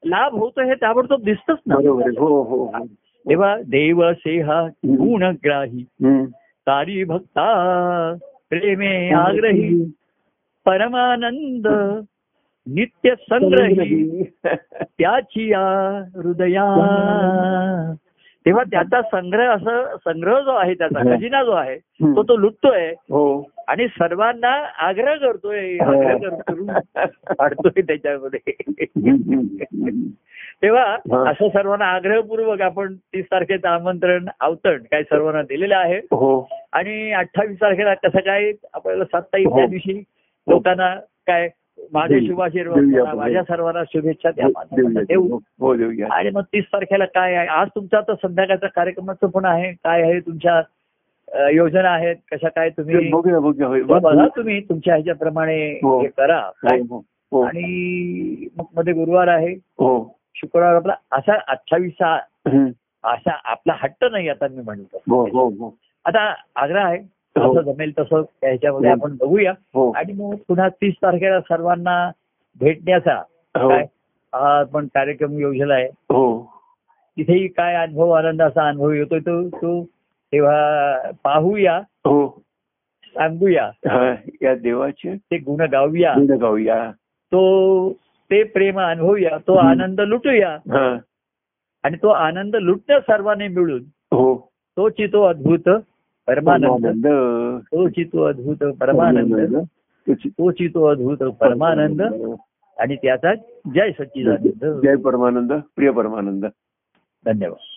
[SPEAKER 2] लाभ होतो हे ताबडतोब दिसतच ना
[SPEAKER 1] बरोबर आहे. हो हो हो.
[SPEAKER 2] तेव्हा देव सेहा गुणग्राही
[SPEAKER 1] हम्म.
[SPEAKER 2] तारी भक्ता प्रेमे आग्रही
[SPEAKER 1] Ừ.
[SPEAKER 2] परमानंद नित्य संग्रही त्याची या हृदया तेव्हा त्याचा संग्रह असं संग्रह जो आहे त्याचा
[SPEAKER 1] हो.
[SPEAKER 2] खजिना जो आहे
[SPEAKER 1] हम्म.
[SPEAKER 2] तो तो लुटतोय
[SPEAKER 1] हो
[SPEAKER 2] आणि सर्वांना आग्रह करतोय आग्रह करतो
[SPEAKER 1] हो.
[SPEAKER 2] काढतोय
[SPEAKER 1] Ừ,
[SPEAKER 2] त्याच्यामध्ये
[SPEAKER 1] हा.
[SPEAKER 2] तेव्हा असं सर्वांना आग्रहपूर्वक आपण तीस तारखेचं आमंत्रण आवतण काय सर्वांना दिलेलं आहे
[SPEAKER 1] हो
[SPEAKER 2] आणि अठ्ठावीस तारखेला कसं काय आपल्याला सात तारीख
[SPEAKER 1] हो.
[SPEAKER 2] त्या दिवशी लोकांना काय माझे
[SPEAKER 1] देऊ.
[SPEAKER 2] शुभाशीर्वाद
[SPEAKER 1] देऊया
[SPEAKER 2] करा,
[SPEAKER 1] आपण. हो.
[SPEAKER 2] माझ्या सर्वांना शुभेच्छा द्या माझ्या
[SPEAKER 1] देऊया.
[SPEAKER 2] मनात देऊ
[SPEAKER 1] हो देऊया
[SPEAKER 2] आणि मग तीस तारखेला काय आहे आज तुमचा आता संध्याकाळचा कार्यक्रमाचं पण आहे काय आहे तुमच्या अ, योजना आहेत कशा काय तुम्ही
[SPEAKER 1] बघूया बघूया होय.
[SPEAKER 2] त्या बघा तुम्ही तुमच्या ह्याच्याप्रमाणे
[SPEAKER 1] हो.
[SPEAKER 2] हे करा काय
[SPEAKER 1] हो, हो,
[SPEAKER 2] आणि मग मध्ये गुरुवार आहे
[SPEAKER 1] हो.
[SPEAKER 2] शुक्रवार आपला असा अठ्ठावीस
[SPEAKER 1] हम्म.
[SPEAKER 2] असा आपला हट्ट नाही आता मी म्हणतो
[SPEAKER 1] हो हो हो
[SPEAKER 2] आता आग्रह आहे जसं जमेल तसं त्याच्यामध्ये
[SPEAKER 1] हो.
[SPEAKER 2] आपण बघूया
[SPEAKER 1] हो
[SPEAKER 2] आणि मग पुन्हा तीस तारखेला सर्वांना भेटण्याचा
[SPEAKER 1] हो
[SPEAKER 2] काय हा पण कार्यक्रम योजला आहे
[SPEAKER 1] हो
[SPEAKER 2] तिथेही काय अनुभव आनंदाचा अनुभव येतोय तो तो तेव्हा पाहूया
[SPEAKER 1] हो
[SPEAKER 2] सांगूया
[SPEAKER 1] हा, या देवाचे
[SPEAKER 2] ते गुण गाऊया
[SPEAKER 1] गुण गाऊया
[SPEAKER 2] तो ते प्रेम अनुभवूया तो
[SPEAKER 1] हं.
[SPEAKER 2] आनंद लुटूया
[SPEAKER 1] हा,
[SPEAKER 2] आणि तो आनंद लुटण्या सर्वांनी मिळून
[SPEAKER 1] हो
[SPEAKER 2] तो चितो अद्भुत परमानंद
[SPEAKER 1] परमानंद
[SPEAKER 2] तो चितो अद्भुत परमानंद
[SPEAKER 1] तुझी-
[SPEAKER 2] तो चितो अद्भुत परमानंद आणि त्याचा जय सच्चिदानंद
[SPEAKER 1] जय परमानंद प्रिय परमानंद
[SPEAKER 2] धन्यवाद